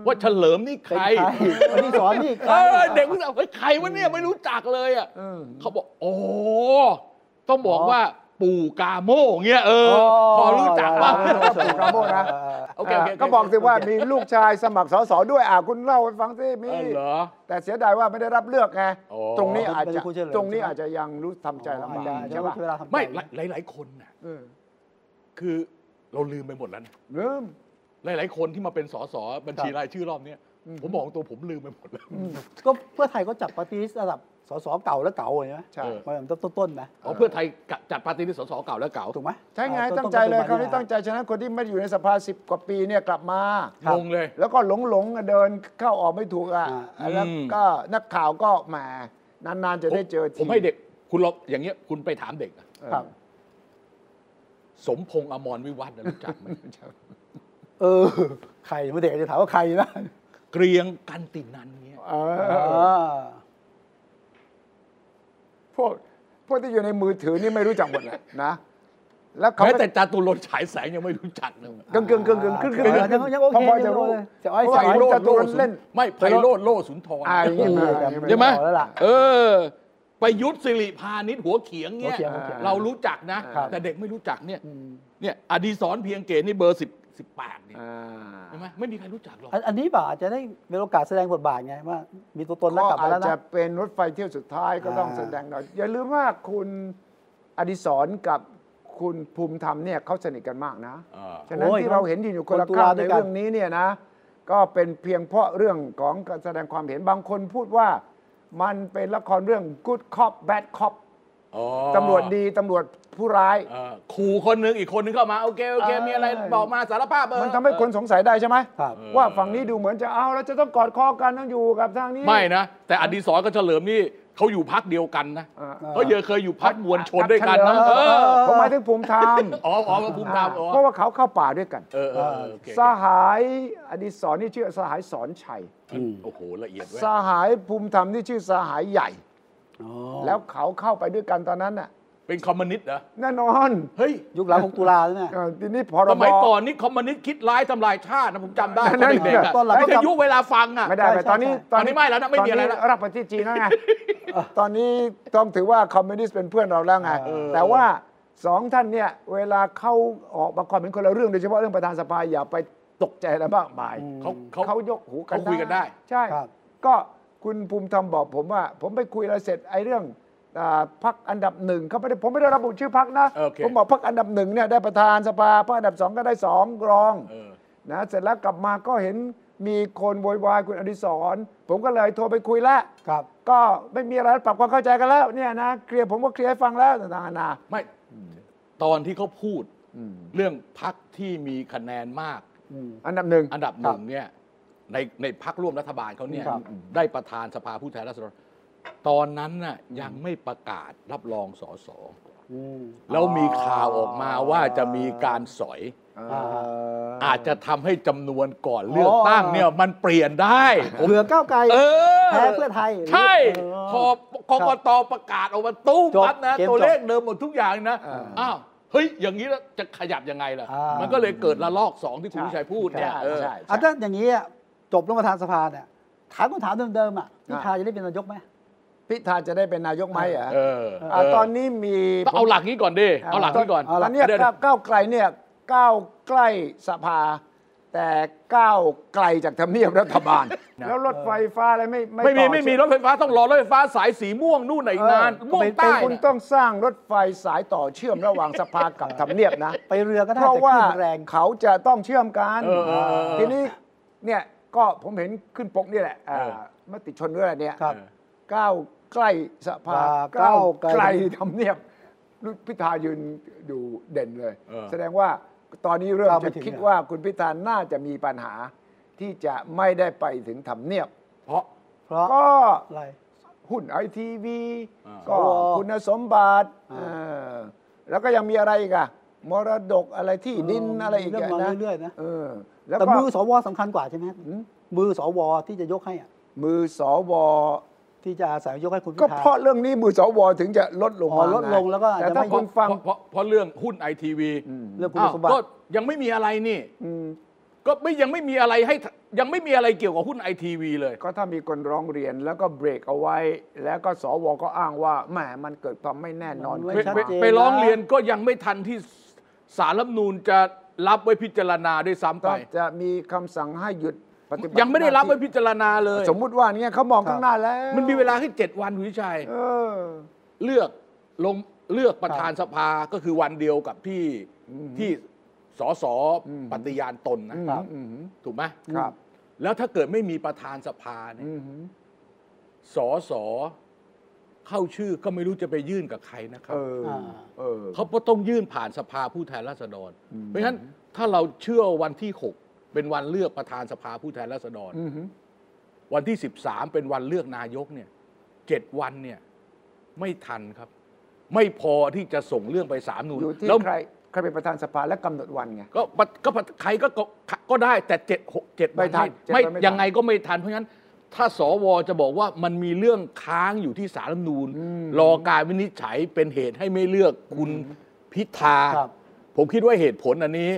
ว่าเฉลิมนี่ใค
เป็น
ร
ใครวันที่สอนนี่ใค
เอ
ร
อเด็กเพิ่งถามเฮ้ยใครวะเนี่ยไม่รู้จักเลยอ่ะ
อืม
เขาบอกโอ้ต้องบอก
อ๋อ
ว่าปู่กาโม่เงี้ยเออ พอรู้จักบ้าง
ได้
เออ
ปราโมทนะ
เออ
โอเคโอเคโอ
อ่า
เค
ก็บอกสิว่ามีลูกชายสมัครสสด้วยอ่าคุณเล่าให้ฟังสิมี
เออเหรอ
แต่เสียดายว่าไม่ได้รับเลือกไง
โอ้
ตรงนี้อาจ
เป็น
จะ
ครูเฉลิม
ตรงนี้
ใช่ไหม
อาจจะยังรู้ทำใจลำบาก
อาจจะ
ใช่
ว่า
ป่ะ
เวลาทำใจ
ไม่หลายหลายหลายคนน่ะ
เออ
คือเราลืมไปหมดแล้วนะ
ลืม
หลายหลายคนที่มาเป็นสสบัญชีรายชื่อรอบเนี้ยผมบอกตัวผมลืมไปหมดแล้ว
ก็เพื่อไทยก็จับปฏิริษีระดับสสเก่าและเก่าใช่ไหม
ใช่
เออ
มาตั้งแต่ต้นๆนะ
อ๋อเพื่อไทยกะจัดปาร์ตี้ที่สสเก่าและเก่า
ถูกไหม
ใช่ไง
อ่า
ตั้ง
นๆ
ใจเลยค
ก็
ราว
ป็
นี้
น
ตั้งใจฉะนั้นคนที่ไม่ได้อยู่ในสภาสิบกว่าปีเนี่ยกลับมา
งงเลย
แล้วก็หลงหลงๆเดินเข้าออกไม่ถูกอ่ะแล้วก็นักข่าวก็แหมนานๆจะได้เจอที
ผมให้เด็กคุณลองอย่างเงี้ยคุณไปถามเด็กนะ
เออ
ครับ
สมพงษ์อมรวิวัฒน์น่ะรู้จักไหม
เออ ใครเมื่อเด็กจะถามว่าใครนะ
เกรียงกันตินันเนี่ย
เอ
เอ
อ
อ
พวกพวกที่อยู่ในมือถือนี่ไม่รู้จักหมดแหละนะ แล้วเขา
แม้
ไม่
แต่จาตุรนต์ฉายแสงยังไม่รู้จักเลย
กึ่งกึ่งกึ่งกึ่งขึ้นขึ้น
ยังยังโอเค
พอพอจะรู้
จะอ้อย
เพ
จะ
ราะ
อ้อย
ว่า จตุรนต์
สุ
เล่น
ไม่ไพโรดโลสุนทร
อ่าอย่างงี้
เออ
จะ
ใช่ไหม
พอแล้วล่ะ
เออ ประยุทธ์สิริพานิชหัวเขียง
หั
เนี่
วย เขียงหัวเขียง
เรารู้จักนะ
ครับ
แต่เด็กไม่รู้จักเนี่ย
อืม
เนี่ยอดีศรเพียงเกตนี่เบอร์สิบ 18เนี่ย
อ่า
ใช่ไหมไม่มีใครรู้จักหรอก
อันอันนี้บ่าอาจจะได้มีโอกาสแสดงบทบาทไงว่า มีตัวตนแล้วกลับมาแล้ว
ก็อาจ
นะ
จะเป็นรถไฟเที่ยวสุดท้ายก็ต้อง
อ่า
แสดงหน่อย อย่าลืมว่าคุณอดิศรกับคุณภูมิธรรมเนี่ยเขาสนิทกันมากนะ
เออ
ฉะนั้น
โอ้ย
ที่เราเห็นอยู่คนละ
คนตุ
ข้า
ลาว ด้
ใน
วยกัน
เรื่องนี้เนี่ยนะ ก็เป็นเพียงเพราะเรื่องของการแสดงความเห็นบางคนพูดว่า มันเป็นละครเรื่อง good cop bad cop
อ๋อ
ตำรวจดี ตำรวจผู้ร้าย
เออขู่คนหนึ่งอีกคนหนึงเข้ามา โอเค โอเค
เออ
มีอะไรบอกมาสารภาพเออ
มันทำให้คนสงสัยได้ใช่ไหม
ครับ
เออ
ว่าฝั่งนี้ดูเหมือนจะเอาแล้วจะต้องกอดคอกันต้องอยู่กับทางนี้
ไม่นะ แต่อดีศรกับเฉลิมนี่เขาอยู่พักเดียวกันนะ
อ่า
เขาเยอะเคยอยู่พักมวลชนด้วยกันนะ
เอ
เอ
อ
อ
ผมหมายถึงภูมิธรรม
อ๋ออ๋อภูมิธรรมอ๋อ
เพราะว่าเขาเข้าป่าด้วยกัน
เออเออเออโอเค
สหายอดีศรนี่ชื่อสหายสอนชัย
โอ้โหละเอียดเว้ย
สหายภูมิธรรมนี่ชื่อสหายใหญ่
อ๋อ
แล้วเขาเข้าไปด้วยกันตอนนั้นน่ะ
เป็นคอมมิวนิสต์เหรอ
แน่นอน
เฮ้ย
ยุคหลังหกตุลาใช่ไหม
เอ่อทีนี้พรบ
สมัยก่อนนี่คอมมิวนิสต์คิดร้ายทำลายชาตินะผมจำได้ตอนเด็กๆอะ
ตอนหลังก็ก
วิ
ลั
ท
บ
ยุเวลาฟังอ่ะ
ไม่ได้
ใช่
ไป
ใช่
ตอนนี้
ใช่
ตอนนี้ไม่แล้วนะไม่มีอะไรแล้ว
ตนนี้รับประเทศจีนแล้วไง ตอนนี้ต้องถือว่าคอมมิวนิสต์เป็นเพื่อนเราแล้วไง แต่ว่าสองท่านเนี่ย เวลาเข้าออกมาความเป็นคนละเรื่องโดยเฉพาะเรื่องประธานสภาอย่าไปตกใจอะไรมากมาย
เขาเขา
เขายกหูกัน
เขาคุยกันได้
ใช่
ครับ
ก็คุณภูมิธรรมบอกผมว่า ผมไปคุยแล้วเสร็จไอ้เรื่องอ่าพักอันดับหนึ่งเขาไม่ได้ผมไม่ได้ระบุชื่อพักนะ
โอเค
ผมบอกพักอันดับหนึ่งเนี่ยได้ประธานสภาพักอันดับสองก็ได้สองรอง
เออ
นะเสร็จแล้วกลับมาก็เห็นมีคนโวยวายคุณอดิศรผมก็เลยโทรไปคุยแล้ว
ครับ
ก็ไม่มีอะไรปรับความเข้าใจกันแล้วเนี่ยนะเคลียร์ผมก็เคลียร์ให้ฟังแล้วต่างๆนานา
ไม่ตอนที่เขาพูดเรื่องพักที่มีคะแนนมาก
อันดับหนึ่ง
อันดับหนึ่งเนี่ยในในพักร่วมรัฐบาลเขาเนี่ย
ครับ
ได้ประธานสภาผู้แทนราษฎรตอนนั้นน่ะยังไม่ประกาศรับรองสส
อืม
แล้วมีข่าวออกมาว่าจะมีการสอย อาจจะทำให้จำนวนก่อนเลือกตั้งเนี่ยมันเปลี่ยนได้ผม
เหลือก้าวไกล
เออ
แพ้เพื่อไทยหรือ
ใช่
เออ
พอกกตประกาศออกมาตู้ม
จบ
ปั๊บนะ
เกมจบ
ตัวเลขเดิมหมดทุกอย่างนะ
เอออ้
อ้าวเฮ้ยอย่างนี้แล้วจะขยับยังไงล่ะ
อ่ามั
มันก็เลยเกิดระลอกสองที่คุณวิ
ใช่
ชัยพูดเนี่ย
ใช่
เออ
ใช่
อ่ะถ้าอย่างนี้อะจบเรื่องประธานสภาเนี่ยถามคำถามเดิมๆอ่ะพิธาจะได้เป็นนายกไหม
พิธาจะได้เป็นนายกไหมเหรอ
เออ
อ่ะตอนนี้มี
ต้องเอาหลักนี้ก่อนดิ
ผม
เอาหลักนี้ก่อน
เอาหลั
ต
ก
อนเนี้ย
เดี๋ยว
ก้าวก้าวไกลเนี่ยก้าวใกล้สภา แต่ก้าวไกลจากทำเนียบรัฐบา ล แล้วรถไฟฟ้าอะไรไม่
ไม่มี
ต่อ
ไม่มี
ใช่
รถไฟฟ้าต้องรอรถไฟฟ้าสายสีม่วงนู่นไหนะอีกนาน
เออ
ม่วง
เป็
ใต้
นคุณ
น่ะ
ต้องสร้างรถไฟสายต่อเชื่อมระหว่างสภากับทำเนียบนะ
ไปเรือก็ได้
เพราะว่า
แต่ขึ้นแรง
เขาจะต้องเชื่อมกัน
เออเออเออ
ทีนี้เนี่ยก็ผมเห็นขึ้นปกนี่แหละอ่า
เออ
มติชนด้วยอะไรเนี่ย
ครับ
ก้าวใกล้สภา
ว่า
ก้าว
ก้าว
ไก
ไก
ล
ล
ทำเนียบลูกพิธายืนอยู่เด่นเลย
เออ
แสดงว่าตอนนี้เริ่ม
ก้าวไป
จะ
ถึง
คิด
นะ
ว่าคุณพิธาน่าจะมีปัญหาที่จะไม่ได้ไปถึงทำเนียบ
เพราะ
เพราะ
ก็
อะไร
หุ้นไอทีวี
อ่า
ก็
สว
คุณสมบัติ
อ่า
เออแล้วก็ยังมีอะไรอีกอะมรดกอะไรที่ดินอะไรอีก
เรื่อง
อะ
มา
นะ
เรื่อยๆนะ
เออแล้ว
แต่
ก็
มือสวสำคัญกว่าใช่ไหม
หืม
มือสวที่จะยกให้อ่ะ
มือสว
ที่จะอาสายยกให้คุณพิ
ก็
ธา
เพราะเรื่องนี้มือสวถึงจะลดลง
อ๋
มา
อลดลงแล้วก็อาจ
แต่
จะ
ถ้า
ไม่
คุณฟัง
เพราะเพราะเรื่องหุ้นไอทีวี
เรื่องคุณสมบัติ
ก็ยังไม่มีอะไรนี่
อืม
ก็ไม่ยังไม่มีอะไรให้ยังไม่มีอะไรเกี่ยวกับหุ้นไอทีวีเลย
ก็ถ้ามีคนร้องเรียนแล้วก็เบรกเอาไว้ แล้วก็สวก็อ้างว่าแหมมันเกิดความไม่แน่นอน
มัน
ไป
ม่
ขึ้น
ชัด
ไป
เจน
มา
ไปร้องเรียนก็ยังไม่ทันที่สารรัฐธรรมนูญจะรับไว้พิจารณาด้วยซ้ำไป
ก็จะมีคำสั่งให้หยุดปฏิบัติ
ยังไม่ได้รับ
ห
ไว้
น้า
พิจารณาเลย
ที่สมมุติว่าเนี่ยเขามองข้างหน้าแล้ว
มันมีเวลาให้เจ็ดวันคุณวิชัย
เออ
เลือกลงเลือกประธานสภาก็คือวันเดียวกับที่ที่สสปฏิญาณตนนะ
อืมอืม
ถูกไหม
ครับ
แล้วถ้าเกิดไม่มีประธานสภาเนี่ย
อือหือ
สสเข้าชื่อก็ไม่รู้จะไปยื่นกับใครนะครั
เอบ อ
อ่า
เออ
เขาก็ต้องยื่นผ่านสภาผู้แทนราษฎร เพราะฉะนั้นถ้าเราเชื่อวันที่ 6 เป็นวันเลือกประธานสภาผู้แทนราษฎร
อือหือ
วันที่ 13 เป็นวันเลือกนายกเนี่ยเจ็ดวันเนี่ยไม่ทันครับ ไม่พอที่จะส่งเรื่องไปสามนูน
อยู่ที่
แล้ว
ใครใครเป็นประธานสภาและกำหนดวันไง
ก็ปะก็ปะใครก็ก็ก็ได้แต่เจ็ดหกเจ็ดวัน
ไม่ทัน
ไม่
เจ็ดวันไม่ทัน
ยังไงก็ไม่ทัน เพราะฉะนั้น ถ้าสวจะบอกว่ามันมีเรื่องค้างอยู่ที่สารรัฐธรรมนูญรอการวินิจฉัยเป็นเหตุให้ไม่เลือกคุณพิธา
ครับ
ผมคิดว่าเหตุผลอันนี้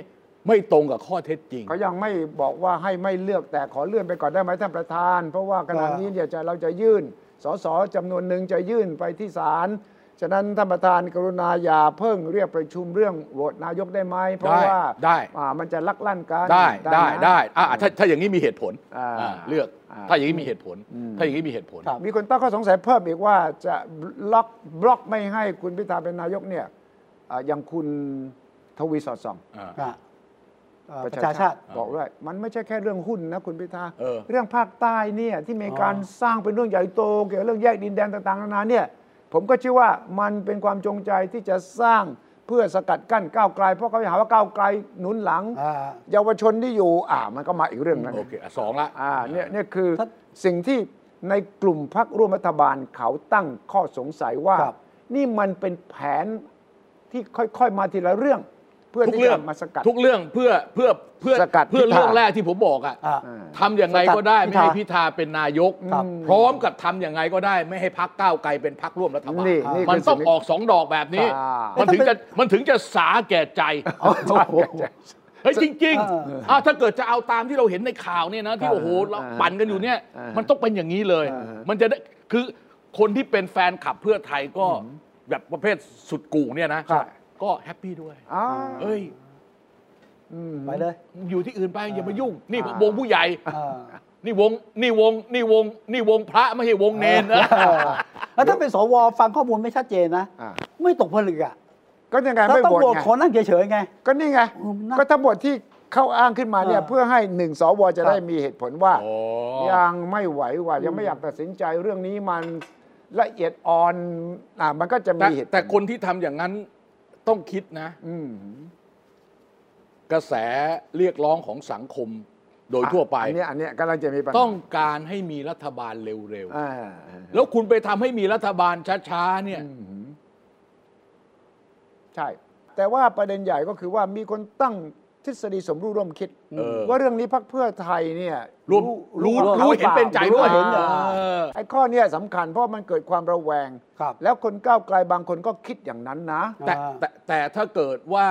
ไม่ตรงกับข้อเท็จจริง
เขายังไม่บอกว่าให้ไม่เลือกแต่ขอเลื่อนไปก่อนได้ไหมท่านประธาน เพราะว่าขณะนี้เนี่ยจะเราจะยื่น สสจำนวนหนึ่งจะยื่นไปที่ศาล ฉะนั้นท่านประธานกรุณาอย่าเพิ่งเรียกประชุมเรื่องโหวตนายกได้ไหมเพราะ
ได้
ว่า
ได้
อ่ามันจะลักลั่นกัน
ได้ได้
นะ
ได้อ่ะถ้าถ้าอย่างนี้มีเหตุผล
อ่า
อ่าเลือก
อ่า
ถ้าอย่างนี้มีเหตุผล
อืม
ถ้าอย่างนี้มีเหตุผล
ครับ
มีคนตั้งข้อสงสัยเพิ่มอีกว่าจะล็อกบล็อกไม่ให้คุณพิธาเป็นนายกเนี่ยอ่าอย่างคุณทวีสอดส่อง
อ่า
อ่ะเอ่อประชาชาติ
บอกด้วยมันไม่ใช่แค่เรื่องหุ้นนะคุณพิธา
เออ
องภาคใต้เนี่ยที่มี
อ๋อ
การสร้างเป็นเรื่องใหญ่โตเกี่ยวกับเรื่องแยกดินแดนต่างๆนานาเนี่ยผมก็เชื่อว่ามันเป็นความจงใจที่จะสร้างเพื่อสกัดกั้นก้าวไกล เพราะเขาจะหาว่าก้าวไกลหนุนหลัง
อ่า
เยาวชนที่อยู่อ่ามันก็มาอีกเรื่องนึง
โอเคอ่ะสองละ
อ่าเนี่ยเนี่ยคือ
ถ้า
สิ่งที่ในกลุ่มพรรคร่วมรัฐบาลเขาตั้งข้อสงสัยว่า
ครับ
นี่มันเป็นแผนที่ค่อยๆมาทีละเรื่อง เพื่อ
ทุก
ที่
เรื่อง
จะมาสกัด
ทุกเรื่องเพื่อเพื่อเพื่อ
สกัด
เพื่อ
พิธา
เรื่องแรกที่ผมบอกอ่ะ
อ่า
อ่า
ทำอย่างไรก็ได้
พิ
ไม่
ธา
ให้พิธาเป็นนายก
ครับ
พร้อมกับทำอย่างไรก็ได้ ไม่ให้พักก้าวไกลเป็นพักร่วมรัฐบาล
นี่นี่
มัน
คื
ต้อง
สิ่ที่
ออกสองดอกแบบนี้
อ่ามั
มันถึงจะมันถึงจะสาแก่ใจ
อ๋อ
เฮ้ยจริง
เออ
ๆอ่ะถ้าเกิดจะเอาตามที่เราเห็นในข่าวเนี่ยนะที่โอ้โหเรา
อ่า
ปั่นกันอยู่เนี่ย
อ่ามั
มันต้องเป็นอย่างนี้เลย
อ่ามั
มันจะได้คือคนที่เป็นแฟนขับเพื่อไทยก็แบบประเภทสุดกู่เนี่ยนะ
ครับ
ก็แฮปปี้ด้วย
อ่า
เอ้ย
ม
ไปเลย
อยู่ที่อื่นไปอย่ามายุ่ง นี่
อ่าว
งผู้ใหญ่
อ่า
นี่วงนี่วงนี่วงนี่วงพระไม่ใช่วงเนนนะ
เออแล้วถ้าเป็นสวฟังข้อมูลไม่ชัดเจนนะ
อ่า
ไม่ตกผลึกอ่ะ
ก็ยังไง
ถ้า
ไม่
ต้อง
โหวต
โหวต
ไง
ขอนั่งเฉยๆไง
ก็นี่ไง
อืมน่า
ก็ทั้งหมดที่เข้าอ้างขึ้นมาเนี่ย
เออ
เพื่อให้หนึ่งสวจะได้มีเหตุผลว่า
โอ้
ยังไม่ไหวว่ายังไม่อยากตัดสินใจเรื่องนี้มันละเอียดอ่อนอ่ามันก็จะ
แต่
มีเหตุผล
แต่คนที่ทำอย่างนั้นต้องคิดนะ
อืม
กระแสเรียกร้องของสังคมโดยทั่วไป
อันเนี้ยอันเนี้ยกำลังจะมีปัญหา
ต้องการให้มีรัฐบาลเร็ว
อ่า
ๆ แล้วคุณไปทำให้มีรัฐบาลช้าๆเนี่ย
อืมใช่ แต่ว่าประเด็นใหญ่ก็คือว่ามีคนตั้งทฤษฎีสมรู้ร่วมคิด
เออ
ว่าเรื่องนี้พรรคเพื่อไทยเนี่ย
รู้รู้
รู้
รู้เห็นเป็นใจ
รู้
ด้วย
เห็นเหรอ
เออ
ไอ้ข้อเนี้ยสำคัญเพราะมันเกิดความระแวง
ครับ
แล้วคนก้าวไกลบางคนก็คิดอย่างนั้นนะ
อ่า
แต่แต่แต่ถ้าเกิดว่า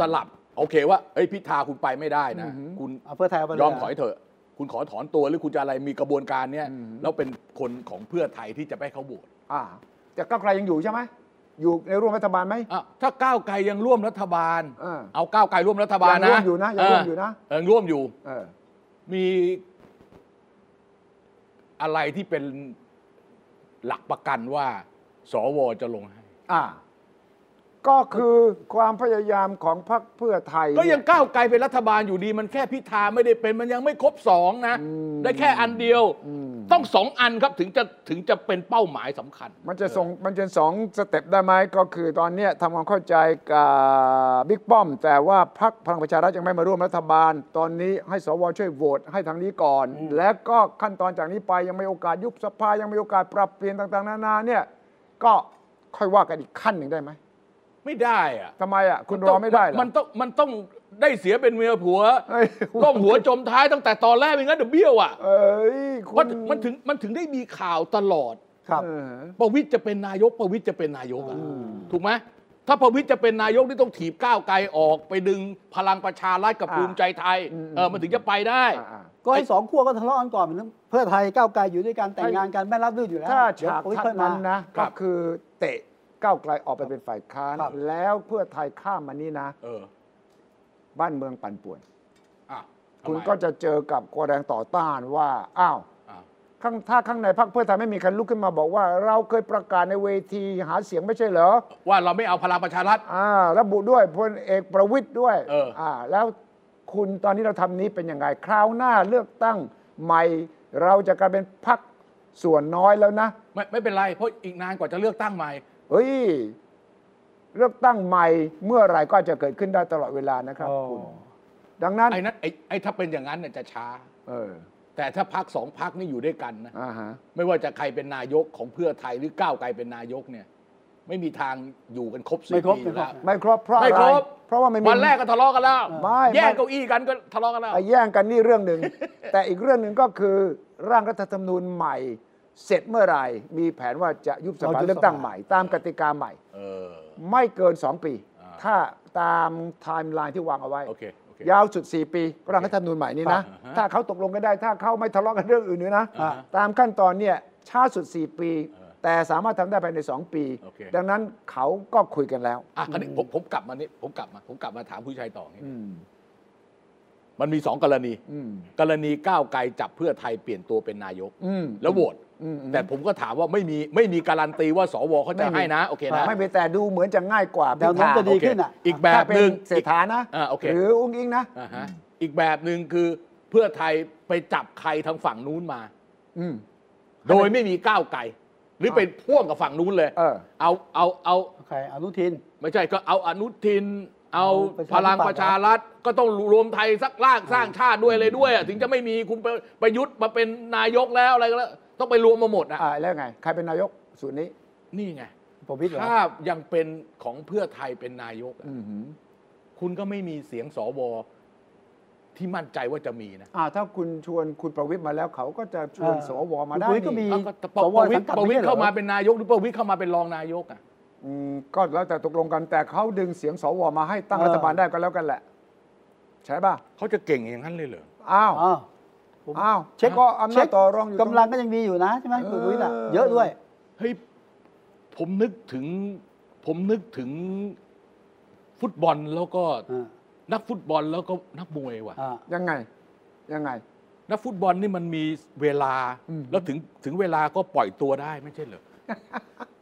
สลับ โอเคว่าเอ้ยพิธาคุณไปไม่ได้นะ
อือหือ
คุณ
เอาเพื่อไทยเอาไปเล
ยอม
ยะ
ถอยเถอะ คุณขอถอนตัวหรือคุณจะอะไรมีกระบวนการเนี้ย
อือหือ
แล้วเป็นคนของเพื่อไทยที่จะไปให้เขาโหวต
อ่าแต่ก้าวไกลยังอยู่ใช่ไหม อยู่ในร่วมรัฐบาลไหม
อ่ะถ้าก้าวไกลยังร่วมรัฐบาล
เออ
เอาก้าวไกลร่วมรัฐบาลนะ
ยังร่วมอยู่นะยังร่วมอยู่นะ
เออร่วมอยู่
เออ
มีอะไรที่เป็นหลักประกันว่า สวจะลงให้
อ่า ก็คือความพยายามของพรรคเพื่อไทย
ก็ยัง
เนี่
ก้าวไกลเป็นรัฐบาลอยู่ดี มันแค่พิธาไม่ได้เป็นมันยังไม่ครบสองนะ
อืม
ได้แค่อันเดียว
อืม
ต้องสองอันครับถึงจะถึงจะเป็นเป้าหมายสำคัญ
มันจะส่งมันจะสองสเต็ปได้ไหมก็คือตอนเนี้ยทำความเข้าใจกับบิ๊กป้อม แต่ว่าพรรคพลังประชารัฐยังไม่มาร่วมรัฐบาล ตอนนี้ให้สวช่วยโหวตให้ทางนี้ก่อน และก็ขั้นตอนจากนี้ไปยังไม่โอกาสยุบสภายังไม่โอกาสปรับเปลี่ยนต่างๆ นานาเนี่ย ก็ค่อยว่ากันอีกขั้นหนึ่งได้ไหม
ไม่ได้อะ
ทำไมอ่ะคุณรอไม่ได้เหรอ
มันต้องมันต้องได้เสียเป็นเมียผัว
เอ้ย
ต้องหัวจมท้ายตั้งแต่ตอนแรกไม่งั้นเดี๋ยวเบี้ยวอ่ะ
เอ้ยคุ
มั
ณ
นมันถึงมันถึงได้มีข่าวตลอด
ครับ
เออ
ประวิทย์จะเป็นนายกประวิทย์จะเป็นนายกอะถูกไหมถ้าประวิทย์จะเป็นนายกนี่ต้องถีบก้าวไกลออกไปดึงพลังประชารัฐกับ
อ่า
ภูมิใจไทย
อืม
เออมันถึงจะไปได้
อ่า
ก็ให้สองขั้วก็ทะเลาะกันก่อนเป็นเรื่องเพื่อไทยก้าวไกลอยู่ด้วยกันแต่งงานกันไม่รับรื่นอยู่แล้
ๆ
ว
ถ้า
เดี๋ยว
ฉาก
ประวิตร
ทั
ค่อ
ด
ยมา
นั้นนะครับ ก็คือเตะก้าวไกลออกไปเป็นฝ่ายค้าน
ครับ
แล้วเพื่อไทยข้ามมานี่นะ
เออ
บ้านเมืองปั่นป่วน
อ่ะทำไม
คุณก็จะเจอกับกวแรงต่อต้านว่า อ้าว
อ่ะ
ข้างถ้าข้างในพรรคเพื่อไทยไม่มีใครลุกขึ้นมาบอกว่า เราเคยประกาศในเวทีหาเสียงไม่ใช่เหรอ
ว่าเราไม่เอาพลังประชารัฐ
อ่าระบุด้วยพลเอกประวิทย์ด้วย
เอออ่
แล้วคุณตอนนี้เราทำนี้เป็นยังไง คราวหน้าเลือกตั้งใหม่ เราจะกลายเป็นพรรคส่วนน้อยแล้วนะ
ไม่ไม่เป็นไร เพราะอีกนานกว่าจะเลือกตั้งใหม่
เฮ้ย เลือกตั้งใหม่เมื่อไหร่ก็จะเกิดขึ้นได้ตลอดเวลานะครับ
โอ้
คุณดังนั้น
ไอ้นั้นไอ้ไอ้ถ้าเป็นอย่างนั้นเนี่ยจะช้า
เออ
แต่ถ้าพักสองพักนี่อยู่ด้วยกันนะ
อ่าฮะ
ไม่ว่าจะใครเป็นนายกของเพื่อไทยหรือก้าวไกลเป็นนายกเนี่ย ไม่มีทางอยู่กันครบ
ไม่
สี่
ครบ
ปี
ไม่คร
แล้
บ
ว
ไม่ค
ไม่ค
รบเพราะอะไร
รบ
เพราะว่าไม่มี
วันแรกก็ทะเลาะกันแล้ว
ไม่
แย่ง
ไม่
เก้าอี้กันก็ทะเลาะกันแล้ว
ไอ้แย่งกันนี่เรื่อง หนึ่ง แต่อีกเรื่องหนึ่งก็คือร่างรัฐธรรมนูญใหม่ เสร็จเมื่อไหร่ มีแผนว่าจะยุบส
เรา
ภา
ยุบสภา
เลือกตั้งใหม่ ตามกติกาใหม่
เออ
ไม่เกิน 2 ปี
อ่า
ถ้าตามไทม์ไลน์ที่วางเอาไว้
โอเคโอเค
ยาวสุด 4 ปีร่างรัฐธรรมนูญใหม่นี้นะ
อ่าฮะ
ถ้าเขาตกลงกันได้ถ้าเขาไม่ทะเลาะกันเรื่องอื่นด้วยนะ
อ่าฮะ
ตามขั้นตอนเนี่ยช้าสุด 4 ปี
เออ
แต่สามารถทำได้ภายใน 2 ปี
โอเค
ดังนั้นเขาก็คุยกันแล้ว
อ่ะคราวนี้ผมผมกลับมานี่ผมกลับมา ผมกลับมาถามผู้ชายต่ออย่างนี้
อืม
มันมีสองกรณี
อืม
กรณีก้าวไกลจับเพื่อไทยเปลี่ยนตัวเป็นนายก
อืม
แล้วโหวต
อืมอืม
แต่ผมก็ถามว่าไม่มีไม่มีการันตีว่าสวเขาจะ
ไม่มี
ให้นะ โอเคนะ
ไม่ไปแต่ดูเหมือนจะง่ายกว่า
แนวโน้มจะดีขึ้นอ่ะ
อีกแบบ
ถ้าเป็
หนึ่ง
เศรษฐานะ
อ่าโอเค
หรืออุ้งอิงนะ
อ่าฮะอีกแบบหนึ่งคือเพื่อไทยไปจับใครทางฝั่งนู้นมา
อืม
โดยไม่มีก้าวไกลหรือไปพ่วงกับฝั่งนู้นเลย
เออ
เอาเอาเอา
ใครอนุทิน
ไม่ใช่ก็เอาอนุทิน เอา
เอา
พลังป
ประ ระ
ชา
ชารั
รัฐ
ฐ
ก็ต้องรวมไทยสักล่างสร้างชาติด้วยเลยด้วยอ่ะถึงจะไม่มีคุณประประยุทธ์มาเป็นนายกแล้วอะไรก็แล้วต้องไปรวมมาหมดอ่ะ
อ่าแล้วไง ใครเป็นนายกสูตรนี้
นี่ไง
ผมวิทย์เหรอ
ถ้ายังเป็นของเพื่อไทยเป็นนายกอะ
อือหือ
คุณก็ไม่มีเสียงสวที่มั่นใจว่าจะมีนะ
อ่าถ้าคุณชวนคุณประวิตรมาแล้วเขาก็จะชวน
เออ
สวมาได้
คุณประวิตรก็มี
นี่
เอาก็แต่ป
สว
ประวิตร
สังกัด
ประวิต
ไม่ใช่เห
ร
รอ
เข้ามาเป็นนายกหรือประวิตรเข้ามาเป็นรองนายกอ่ะ
อืมก็แล้วแต่ตกลงกันแต่เขาดึงเสียงสวมาให้ตั้ง
เออ
รัฐบาลได้ก็แล้วกันแหละ ใช่ป่ะ
เขาจะเก่งอย่างนั้นเลยเหรอ
อ้าว
อ้าวผม
อ้าว
เช็ค
ก็อำนาจต่อรองอยู่ตรง
กำลังก็ยังมีอยู่นะใช่ไหมคุณ
เออ
วิทย์อ่ะเยอะด้วย
เฮ้ย ผมนึกถึง ผมนึกถึงฟุตบอลแล้วก็
อ่า
นักฟุตบอลแล้วก็นักมวยว่ะ
อ่า
ยังไง ยังไง
นักฟุตบอลนี่มันมีเวลา
อืม
แล้วถึงถึงเวลาก็ปล่อยตัวได้ไม่ใช่เหรอ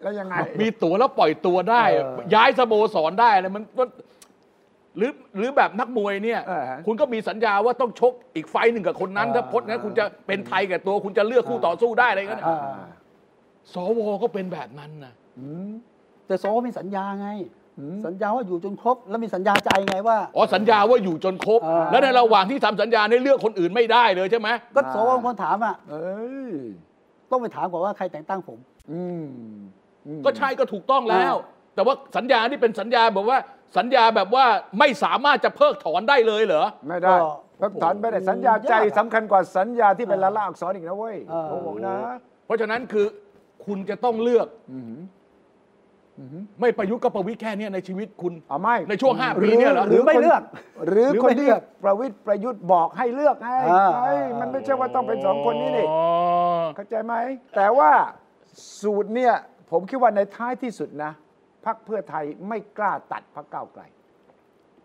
แล้วยังไง
มีตั๋วแล้วปล่อยตัวได้
เออ
ย้ายสโมสรได้เลยมันมันหรือหรือแบบนักมวยเนี่ย
เออฮะ
คุณก็มีสัญญาว่าต้องชกอีกไฟต์หนึ่งกับคนนั้น ถ้าพดงั้นคุณจะเป็นไทยกับตัว คุณจะเลือกคู่ต่อสู้ได้อะไรอย่างเงี้ย
อ่า
สวก็เป็นแบบนั้นนะ
อืม
แต่โซมีสัญญาไง
อืม
สัญญาว่าอยู่จนครบ แล้วมีสัญญาใจไงว่า
อ๋อสัญญาว่าอยู่จนครบ
อ่า
แล้วในระหว่างที่ทำสัญญาในยเลือกคนอื่นไม่ได้เลยใช่ไหม
ก็
อ่า
โซบางคนถามอ่ะ
เอ้ย
ต้องไปถามก่อนว่าใครแต่งตั้งผม
อืมอืม
ก็ใช่ก็ถูกต้องแล้ว แต่ว่าสัญญานี่เป็นสัญญาแบบว่าสัญญาแบบว่าไม่สามารถจะเพิกถอนได้เลยเหรอ
ไม่ได้
ก็
เพิกถอนไม่ได้สัญญาใจ
ยากอะ
สำคัญกว่าสัญญาที่เป็น
เออ
ลายลักษณ์อักษรอีกนะเว้ย
เออ
เขาบอกนะ
เพราะฉะนั้นคือคุณจะต้องเลือก
อืมอืม
ไม่ประยุทธ์กับประวิตรแค่เนี้ยในชีวิตคุณ
เอาไม่
ในช่วงห้าปีเนี่ยเหรอ
หรือไม่เลือก
หรือ
หรือ
คน
ไม่
ที่
เลือก
ประวิทย์ประยุทธ์บอกให้เลือกไง
อ่า
เฮ้ยมันไม่ใช่ว่าต้องเป็นสองคนนี้นี่
อ๋อ
เข้าใจไหม แต่ว่าสูตรเนี่ย ผมคิดว่าในท้ายที่สุดนะพักเพื่อไทยไม่กล้าตัดพักก้าวไกล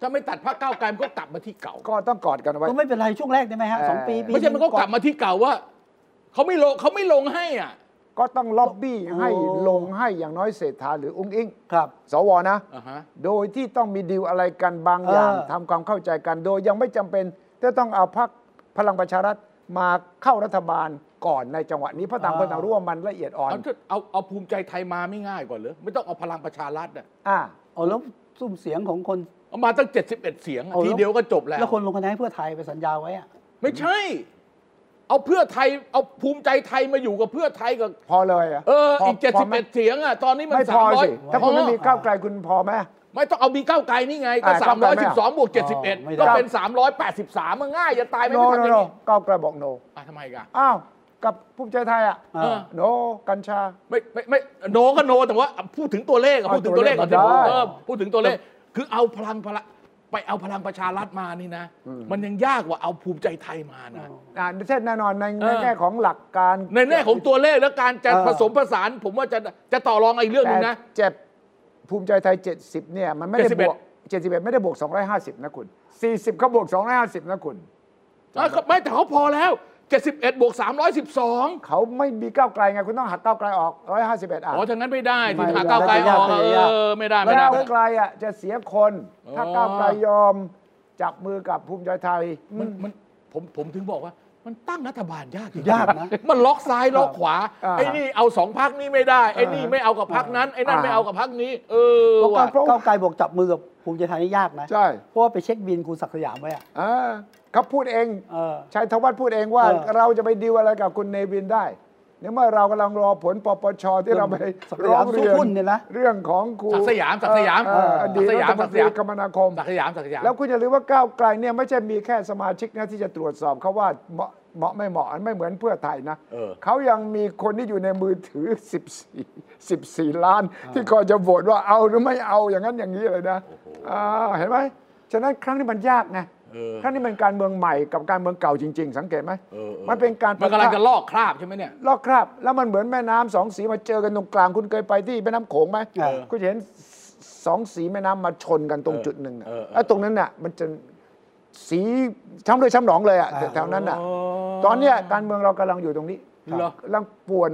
ถ้าไม่ตัดพรรคก้าวไกลมันก็กลับมาที่เก่า
ก็ต้องกอดกันไว้
ก็ไม่เป็นไรช่วงแรกได้ไหมฮะ
เออ
สองปีปี
ไม่ใช่มันก็กลับ
หง
มาที่เก่าว่าเขาไม่ลงเขาไม่ลงให้อ่ะ
ก็ต้องล็อบบี้ให้
โอ้
ลงให้อย่างน้อยเศรษฐาหรืออุ้งอิง
ครับ
สวนะ
อ่าฮะ
โดยที่ต้องมีดีลอะไรกันบางอย่าง
เออ
ทำความเข้าใจกัน โดยยังไม่จำเป็นจะต้องเอาพักพลังประชารัฐมาเข้ารัฐบาลก่อนในจังหวะนี้เพราะต่างคนต่างรู้ว่ามันละเอียดอ่อน
เอาเอาเอาภูมิใจไทยมาไม่ง่ายกว่าเหรอไม่ต้องเอาพลังประชารัฐอ่ะ
อ่า
เอาแล้วซุ่มเสียงของคน
เอามาตั้ง 71 เสียงอะ
เอาแล้ว
ทีเดียวก็จบแล้ว
แล้วคนลงคะแนนให้เพื่อไทยไปสัญญาไว้อะ
ไม่ใช่ เอาเพื่อไทยเอาภูมิใจไทยมาอยู่กับเพื่อไทยกับ
พอเลยอ่ะ
เออ
พ
อีก
พไหม
71 เสียงอ่ะตอนนี้มัน
ไม่พอสิ
300
ถ้าคุณไม่มี
อ๋อ
ก้าวไกลคุณพอไหม
ไม่ต้องเอามีก้าวไกลนี่ไง ก็
อ่าก้าวไกลไม่เอา
312 บวก
อ๋อไม่
71
ได้
ก็เป็น 383 มันง่ายจะตายไหม่
โน
ไม่
โน
ทำอย่า
โน
งนี้
ก้าวไกลบอกโน
อ่ะทำไมกัน
อ้าว กับภูมิใจไทยอ่ะ
เออ
โนกัญชา
ไม่ไม่ไม่โนก็โนแต่ว่าพูดถึงตัวเลขอะ
เอา
พูดถึงตัวเลขก่อน
ตัวเลขก่อนได้
เออพูดถึงตัวเลข คือเอาพลังพละไปเอาพลังประชารัฐมานี่นะ มันยังยากกว่าเอาภูมิใจไทยมานะ
อ่าเช่นแน่นอนใน
เอ
ใน
อ
แง่ของหลักการ
ในแง่ของตัวเลขและการจะ
เออ
ผสมผสาน ผมว่าจะจะต่อรองอีกเรื่องหนึงนะ
แต่เจ็บภูมิใจไทย 70 เนี่ย มันไม่ได้บวก71 ไม่ได้บวก 250 นะคุณ 40เขาบวก 250 นะคุณ
อ่ะก็ไม่แต่เขาพอแล้ว 71 บวก 312
เขาไม่มีก้าวไกลไง คุณต้องหักก้าวไกลออก 151อ่ะ
อ๋อทั้งนั้นไม่ได้
ไม่
ที่
ได้
หาก้าวไกลออก
ไม่ได้
เออไม่ได้ไม่ได้
ก้าวไกลอ่ะจะเสียคน
อ๋อ
ถ้าก้าวไกลยอมจับมือกับภูมิใจไทย
มันมันผมผมถึงบอกว่า มันตั้งรัฐบาลยากจริงๆ
ยากนะ
มันล็อกซ้ายล็อกขวา
อ่า
ไอ้นี่เอาสองพักนี้ไม่ได้ไอ้นี่ไม่เอากับพักนั้นไอ้นั่นไม่เอากับพักนี้ เออ
เพราะ
ว่ะ
ก้าวก้าวไกลบอกจับมือกับภูมิใจไทยนี่ยากนะ
ใช่
เพราะว่าไปเช็คบินคุณศักดิ์สยามไว้อะ
อ่าเขาพูดเอง
เออ
ชัยธวัฒน์พูดเองว่า
เออ
เราจะไปดีลอะไรกับคุณเนวินได้ในเมื่อเรากำลังรอผลปปชที่เราไป
สักดิ์สยาม
ร้องเรีย
สู้หุ้นเนี่ยนะ
เรื่องของครู
ศักดิ์สยามศักดิ์สยาม
เอ่ออดีต
ศักดิ์สยามศักดิ์สยา
รัฐมนตรี
ม
คมนาคม
ศักดิ์สยามศักดิ์สยาม
แล้วคุณอย่าลืมว่าก้าวไกลเนี่ยไม่ใช่มีแค่สมาชิกนะที่จะตรวจสอบเขาว่าเหมาะเหมาะไม่เหมาะอันไม่เหมือนเพื่อไทยนะ
เออ
เขายังมีคนที่อยู่ในมือถือ 14 14 ล้าน ที่ก่อนจะโหวตว่าเอาหรือไม่เอาอย่างนั้นอย่างนี้เลยนะอ่าเห็นไหม ฉะนั้นครั้งนี้มันยากไง
เออ
ท่านนี่เป็นการเมืองใหม่กับการเมืองเก่าจริง ๆ สังเกตไหม
เออออ
มันเป็นการ
มันกำลัง
ปะทะ
จะลอกคราบใช่ไหมเนี่ย
ลอกคราบแล้วมันเหมือนแม่น้ำสองสีมาเจอกันตรงกลางคุณเคยไปที่แม่น้ำโขงไหม
เออ
คุณจะเห็นสองสีแม่น้ำมาชนกันตรงจุดหนึ่งอะ
เออเออ
แล้วตรงนั้นน่ะมันจะสีช้ำเลยช้ำหนองเลยอ่ะแถวนั้นน่ะ ตอนเนี้ยการเมืองเรากำลังอยู่ตรงนี้
เหรอ
กำลังป่วน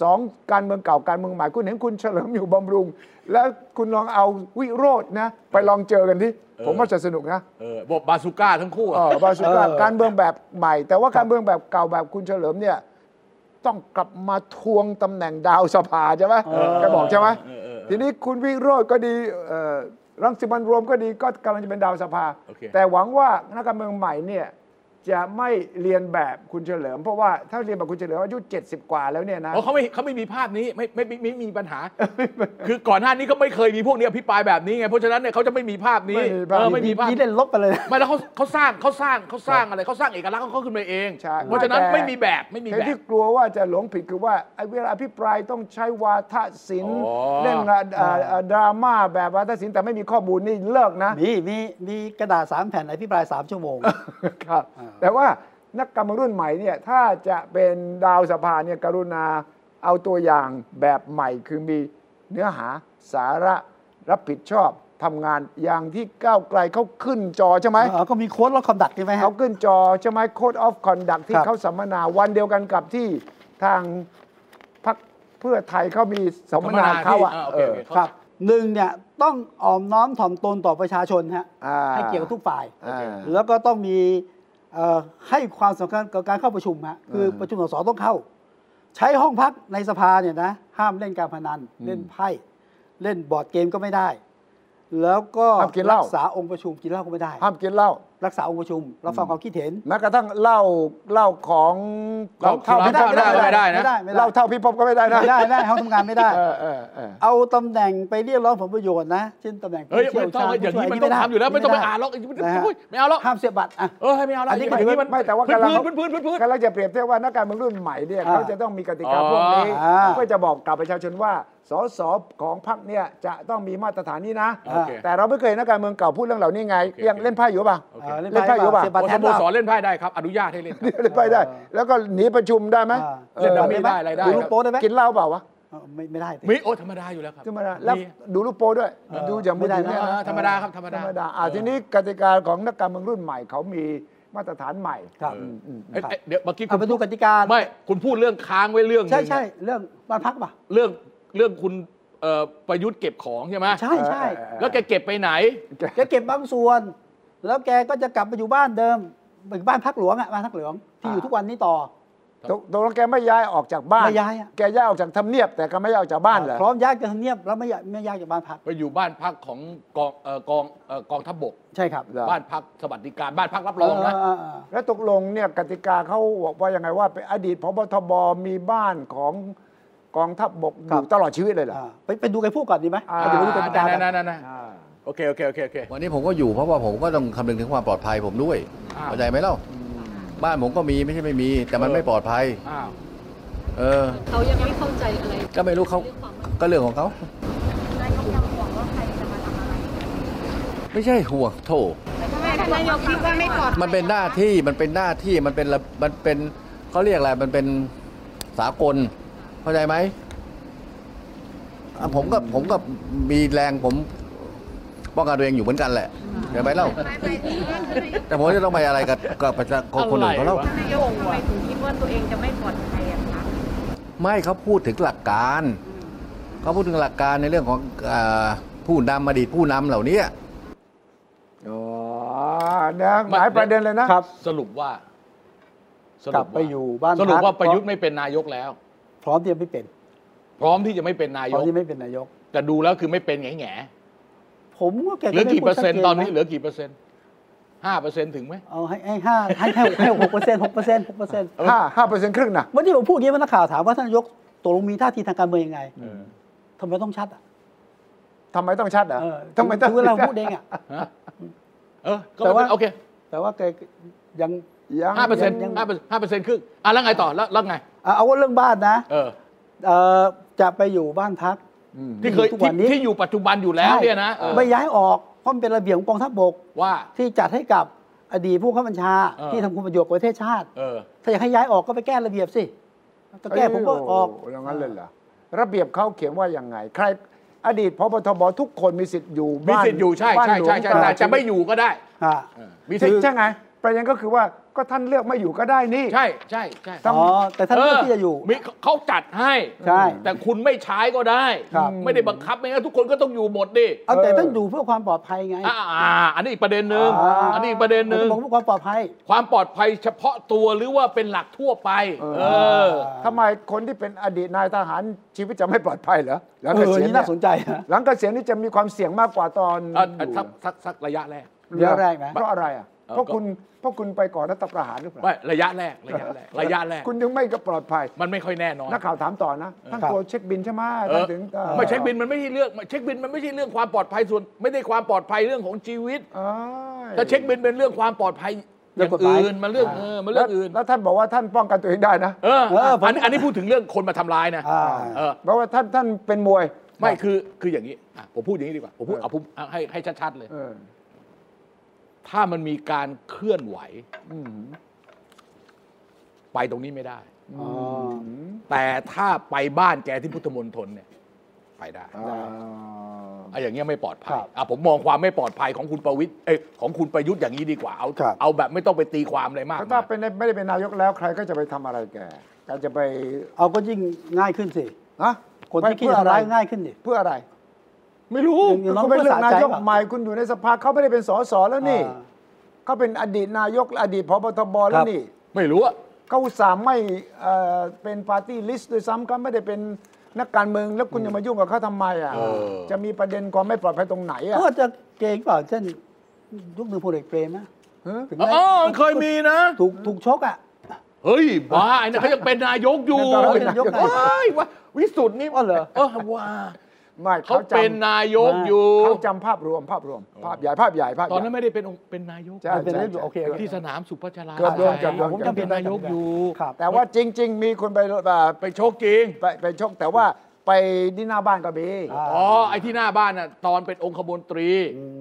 สองการเมืองเก่าการเมืองใหม่คุณเห็นคุณเฉลิมอยู่บำรุง แล้วคุณลองเอาวิโรจน์นะไปลองเจอกันที่ผมว่าจะสนุกนะ
เออบอกบาซูก้าทั้งคู่อะ
เออบาสุก้า
เออ
การเมืองแบบใหม่ แต่ว่าการเมืองแบบเก่าแบบคุณเฉลิมเนี่ย ต้องกลับมาทวงตำแหน่งดาวสภาใช่ไหมแกบอกใช่ไหม
เออเออเออ
ทีนี้คุณวิโรจน์ก็ดีเอ่อรังสิมันต์โรวมก็ดีก็กำลังจะเป็นดาวสภา
โอเค
แต่หวังว่านักการเมืองใหม่เนี่ยจะไม่เรียนแบบคุณเฉลิม เพราะว่าถ้าเรียนแบบคุณเฉลิมอายุ 70 กว่าแล้วเนี่ยนะ
อ๋อเขาไม่เขาไม่มีภาพนี้ไม่ไม่ไม่ไม่ไม่มีปัญหา คือก่อนหน้านี้ก็ไม่เคยมีพวกนี้อภิปรายแบบนี้ไงเพราะฉะนั้นเนี่ยเขาจะไม่มีภาพนี้
ไม่มีภาพ
เออไม่มีภาพ
นี่เล่นลบไปเลยนะ
ไม่แล้วเขาเขาสร้างเขาสร้างเขาสร้างอะไรเขาสร้างเอกลักษณ์ของเขาขึ้นมาเอง
ใช่
เพราะฉะนั้น
แต่
ไม่มีแบบไม่มี
แต่
แบบ
ที่กลัวว่าจะหลงผิดคือว่าไอ้เวลาอภิปรายต้องใช้วาทศิลป์
อ๋อ
เล่นอ่ะอ่ะอ่ะดราม่าแบบวาทศิลป์แต่ไม่มีข้อมูลนี่เลิกนะ
มีมีมีกระดาษสามแผ่นอภิปรายสามชั่วโมง
ครับแต่ว่านักการเมืองรุ่นใหม่เนี่ยถ้าจะเป็นดาวสภาเนี่ยกรุณาเอาตัวอย่างแบบใหม่คือมีเนื้อหาสาระรับผิดชอบทำงานอย่างที่ก้าวไกลเขาขึ้นจอใช่ไหม
เออก็มีโค้ดล็อกคอมดักใช่ไหมฮะ
เขาขึ้นจอใช่ไหม Code of Conduct ที่
ครับ
เขาสัมมนาวันเดียวกันกับที่ทางพรรคเพื่อไทยเขามีสัมมนาเขาอ่ะ
ที่โอ
เอ
เค
อ
โอเคเขา
ครับหนึ่งเนี่ยต้องอ่อมน้อมถ่อมตนต่อประชาชนฮะ
อ่า
ให้เกียรติกับทุกฝ่าย
อ่า
แล้วก็ต้องมีเอ่อให้ความสำคัญกับการเข้าประชุมฮะคือ
ม
ประชุมสสต้องเข้า ใช้ห้องพักในสภาเนี่ยนะห้ามเล่นการพนัน เล่นไพ่เล่นบอร์ดเกมก็ไม่ได้ แล้วก็
ห้ามกินเหล้า
รัษาองค์ประชุมกินเหล้าก็ไม่ได้
ห้ามกินเหล้า
รักษาองค์ประชุมรับฟังความคิดเห็น
แม้กระทั่งเหล้าเหล้าของ
เหล้า
ของ
ไม่ได้
พิภพ
ไม่ได้
ไม่ได้ไม่
เห
ได้
ล้าเท่าพิภพก็ไม่ได้นะ
ไม่ได้ไม่ได้ห้องทำงานไม่ได้
เออเออเออ
เอาตำแหน่งไปเรียกร้องผลประโยชน์นะเช่นตำแหน่งผู้
เฮ้ย
ชี่
ไม่
ว
ต้อ
ชางญ
อย่างนี้
ผู้
มัน
ช่ว
ต้องทำอยู่แล้วไม่ต้องไป
ด้
อ่านหรอก
ะฮะ
อุ๊ยไม่เอาหรอก
ห้ามเสียบัตรอ่ะ
เออให้ไม่เอาหรอก
อันนี้ก็ถือว่า
ไม่แต่ว่ากำลัง
พื้นพื้นพื้นพื้น
กำลังจะเปรียบเทียบว่านักการเมืองรุ่นใหม่เนี่ย
อ่า
เขาจะต้องมีกติกาพวก
อ๋
นี้
ออ่า
เพื่อจะบอกกับประชาชนว่าสสของพรรคเนี่ยจะต้องมีมาตรฐานนี้นะ
โอเค
แต่เราไม่เคยเห็นนักการเมืองเก่าพูดเรื่องเหล่านี้ไง
โอเค
ยัง
โอเค
เล่นไพ่อยู่ป่ะ
โอเค
เออเล่น
เล่นไพ่
ไพ่
อยู่
ป่ะ
ป่ะ
เสียบัตร
โอ้
แท
ส
น
โม
เรา
สรเล่นไพ่ได้ครับ อนุญาตให้เล่นครับ
เล่นไพ่ได้ แล้วก็หนีประชุมได้ไหม
อ่า
ออ
เล่นแบบนี้ได้
อะไรได้
ดูลูกโป๊ได้ไหม
กินเหล้าเปล่าวะ
เออไม่ไม่ได้สิ
มีโอ้ธรรมดาอยู่แล้วครับ
ธรรมดาแล้ว
มี
ดูลูกโป๊ด้วย
เออ
ดูจากมือถือ
ไม่ได้
เนี่ย
นะ
เออธรรมดาครับธรรม
ธร
ดาร
มดาอ่าทีนี้กติกาของนักการเมืองรุ่นใหม่เขามีมาตรฐานใหม่
ครับ
อืมอืม
เอ้ยเอ้ยเดี๋ยวเมื่อกี้คุ
เอา
ณ
ไปดูกติกา
ไม่คุณพูดเรื่องค้างไว้เรื่องหนึ่ง
ใช่ใช่เรื่องบ้านพักป่ะ
เรื่องเรื่องคุณเอ่อประยุทธ์เก็บของใช่ไหม
ใช่ใช่
เออเออเออ
แล้วแกเก็บไปไหน
แกเก็บบางส่วน แล้วแกก็จะกลับไปอยู่บ้านเดิมไปบ้านพักหลวงอ่ะบ้านพักหลวงที่อยู่ทุกวันนี้ต่อ
ตกตกลงแกไม่ย้ายออกจากบ้าน
ไม่ย้ายอะ
แกย้ายออกจากทำเนียบแต่ก็ไม่ย้ายออกจากบ้านเหรอ
พร้อมย้ายจากทำเนียบแล้วไม่ย้ายไม่ย้ายจากบ้านพัก
ไปอยู่บ้านพักของกองเอ่อกองเอ่อกองทัพบก
ใช่ครับ
เหรอ
บ้านพักสวัสดิการบ้านพักรับรองนะ
เเออ
แล้วตกลงเนี่ยกติกาเขาบอกว่ายังไงว่าเป็นอดีตพบทบมีบ้านของกองทัพบกอ
ครับ
ยู่ตลอดชีวิตเลยเหรอ
อ่าไปไปดูใครพูดก่อนดีไหม
อ่า
เดี๋ยวไปดูกติกากั
นั่
น
นนั่น
อ่า
โอเค โอเค โอเค โอเค
วันนี้ผมก็อยู่เพราะว่าผมก็ต้องคำนึงถึงความปลอดภัยผมด้วย
อ่า
เข้าใจไหมเล่าบ้านผมก็มีไม่ใช่ไม่มี แต่มัน
เออ
ไม่ปลอดภัย
อ้าว
เออ
เขายังไม่เข้าใจอะไร
ก็ไม่รู้เขา
เรื่องความมั่น
ก็เรื่องของเขา
นายกยังห่วงว่าใครจะมาทำอะไร
ไม่ใช่ห่วงโถ
ทำไมนายกคิดว่าไม่ปลอดภัย
มันเป็นหน้าที่มันเป็นหน้าที่มันเป็นระมันเป็นเขาเรียกอะไรมันเป็นสากล เข้าใจไหมอ่ะผมก็ผมก็มีแรงผมป้องกันตัวเองอยู่เหมือนกันแหละเข้าใจไหมเล่า แต่ผมจะต้องไปอะไรกับกับประชาชนคนอื่นเขาเล่า
อะไรวะ
นายกทำไมถึงคิดว่าตัวเองจะไม่ปลอดภัยอะคะ
ไม่เขาพูดถึงหลักการเขาพูดถึงหลักการในเรื่องของเออผู้นำอดีตผู้นำเหล่านี้
อ๋อนะหลายประเด็นเลยนะ
ครับ
สรุปว่า ส
ก
รุ
ลับไป
ว่า
อยู่บ้าน
สรุป
พัก
ว่าประยุทธ์ไม่เป็นนายกแล้ว
พร้อมที่จะไม่เป็น
พร้อมที่จะไม่เป็นนา
พ
ย
ร้อม
ก
ที่ไม่เป็นนายก
แต่ดูแล้วคือไม่เป็นแง่แง่
ผมว่าแก
เหลือ
ไม่
กี่
พูด
เปอร์เซ็นต์
ชัดจ
ตอนนี้
ะ
เหลือกี่เปอร์เซ็นต์ห้าเปอร์เซ็นต์ถึงไหม
เอาให้ให้ห้าให้ให้ให้หกเปอร์เซ็นต์หกเปอร์เซ็นต์หกเปอร์เซ็นต์
ห้าห้าเปอร์เซ็นต์ครึ่งนะ
เมื่อที่ผมพูดอย่างนี้ว่านักข่าวถามว่าท่านนายกตกลงมีท่าทีทางการเมืองยังไง
เออ
ทำไมต้องชัดอ่ะ
ทำไมต้องชัดเหรอ
เออ
ทำไมต้อง
คือเราพูดเองอ่ะ
ฮะเออก็
แต่ว่า
ไม่เป็นโอเค
แต่ว่าแกยัง
ยัง
ห้าเปอร์เซ็นต์
ยัง
ห้าเปอร์ห้าเปอร์เซ็นต์ครึ่งอ่ะแล้วไงต่อแล้วแล้วไง
เอาเอาว่าเรื่องบ้านนะ
เออ
เอ่อจะไปอยู่บ้านพัก
อืม
ที่เคย
ทุกวัน
ที่
นี้
ที่อยู่ปัจจุบันอยู่แล้วเนี่ยนะเออ
ไม่ย้ายออกเพราะมันเป็นระเบียบของกองทัพบก
ว่า
ที่จัดให้กับ อดีตผู้ข้าบัญชา
เออ
ที่ทำคุณประโยชน์กับประเทศชาติ
เออ
ถ้าอยากให้ย้ายออกก็ไปแก้ระเบียบสิถ้าแก้ผมก็ออก
โอย่างนั้นเลยเหรอ ระเบียบเขาเขียนว่ายังไง ใคร อดีตพบทบทุกคนมีสิทธิ์อยู่
มี
บ้าน
สิทธิ์อยู่ใช่
บ้าน
ใช่
หลวง
ใช่ใช่
ตล
แต่
อด
จะไม่อยู่ก็ได้
อ่า
เออมีสิ
ชี
ท
วิต
ธิ์
ใช่ไงประเด็นก็คือว่าก็ท่านเลือกไม่อยู่ก็ได้นี่
ใช่ใช่ใช่
ต้อง
อ๋อ แต่ท่านเลือกที่จะอยู่
มีเขาจัดให้
ใช่
แต่คุณไม่ใช้ก็ได้
ครับ
ไม่ได้บังคับไม่งั้นทุกคนก็ต้องอยู่หมดดิ
เอาแต่ท่านอยู่เพื่อความปลอดภัยไง
อ่าอ่าอันนี้อีกประเด็นหนึ่ง
อ่า
อันนี้อีกประเด็นหนึ่ง
ผมบอกว่าความปลอดภัย
ความปลอดภัยเฉพาะตัวหรือว่าเป็นหลักทั่วไป เออ
ทำไมคนที่เป็นอดีตนายทหารชีวิตจะไม่ปลอดภัยเหรอหลัง
เอ
เก
อ
ษียณ
นี่
เนี่
น่าย สนใจนะ
หลังเกษียณนี่จะมีความเสี่ยงมากกว่าตอน
เอ่อ
อยู่
สักสักสักระยะแรก
เรื่องแรกนะ
เพราะอะไรอ่ะ
เออ
เพราะคุณเพราะคุณไปก่อนรัฐประหารหรือเปล่า
ไม่ระยะแรกระยะแรกระยะแรก
คุณยังไม่ก็ปลอดภัย
มันไม่ค่อยแน่นอน
นักข่าวถามต่อนะท่าน
ครับ
กลัวเช็คบินใช่ไหม
เอ
ท่าน
อ
ถึงเอ่อ
ไม่เช็คบินมันไม่ใช่เรื่องเช็คบินมันไม่ใช่เรื่องความปลอดภัยส่วน ไม่ได้ความปลอดภัยเรื่องของชีวิต
เอ้ย
ถ้าเช็คบินเป็นเรื่องความปลอดภัย
เรื่
อ
อง
ย่าง
กฎหมาย
อื่นมันเรื่องเออมันเรื่องอื่น
แล้วแล้วท่านบอกว่าท่านป้องกันตัวเองได้นะ
เออ
เออผม
อันอันนี้พูดถึงเรื่องคนมาทำร้ายนะ
อ่า
เออ
เพราะว่าท่านท่านเป็นมวย
ไม่คือคืออย่างนี้อ่ะผมพูดอย่างนี้ดีกว่าผมพูด
เออ
เอาผมเอาให้ให้ชัดๆเลย
เออ
ถ้ามันมีการเคลื่อนไหว
อืม
ไปตรงนี้ไม่ได้
อ๋อ
แต่ถ้าไปบ้านแกที่พุทธมณฑลเนี่ยไปได้
อ่า
ไอ้อย่างเงี้ยไม่ปลอดภัย
ครับ
อ่ะผมมองความไม่ปลอดภัยของคุณประวิทย์เอ้ยของคุณประยุทธ์อย่างนี้ดีกว่าเอา
ครับ
เอาแบบไม่ต้องไปตีความอะไรมาก
ก็ถ้าม
าย
เป็นไม่ได้เป็นนายกแล้วใครก็จะไปทำอะไรแกการจะไป
เอาก็ยิ่งง่ายขึ้นสิ
ฮะ
คนที่คิด
ไปเพื่ออะ
ทำ
ไร
ร้ายง่ายขึ้นดิ
เพื่ออะไร ไม่รู้
อย่างอย่างน้
คุ
อง
ณไปเลือกนายก
ก็สะใจป่ะ
ใหม่คุณอยู่ในสภาเขาไม่ได้เป็นสสแล้วนี่
อ่า
เขาเป็นอดีตนายกอดีตพบทบ
ค
แล้
รั
ว
บ
นี่
ไม่รู้อะ
เขาอุตส่าห์ไม่เอ่อเป็นปาร์ตี้ลิสต์ด้วยซ้ำเขาไม่ได้เป็นนักการเมืองแล้วคุณยังมายุ่งกับเขาทำไมอ่ะจะมีประเด็นความไม่ปลอดภัยตรงไหนอ่ะ
ก็จะเกรงเปล่าเช่นยุคหนึ่งพลเอกเปรมนะ
ฮะ
ถึง
อ๋
แม้
อมันเคยมีนะ
ถูกถูกชกอ่ะ
เฮ้ยบ้าไอ้นะเขายังเป็นนายกอยู่
ยังเป็นนายกอยู่
ว้ายว่าวิสุทธ์นี่
อ๋อเหรอ
เออว่า
ไม่
เขา
เขาจ
เป็นนายกอยู่
ำเขาจำภาพรวมภาพรวม ภาพใหญ่ภาพใหญ่ภาพให
ต
ญ่
อนนั้นไม่ได้เป็นองค์เป็นนายก
ใช่
เป็นนายกอยู่
ใช่
โอเคโอเค
ที่สนามสุพัชรา
เกือบโดน
ใช่
เกือบโดน
ผมจำเป็นนายกอยู่
ครับ
แต่ว่าจริง ๆ มีคนไปแบบ
ไปโชคจริง
ไปไปชกแต่ว่าไปที่หน้าบ้านก็มี
อ่า
อ๋อ ไอ้ที่หน้าบ้านน่ะตอนเป็นองคมนตรี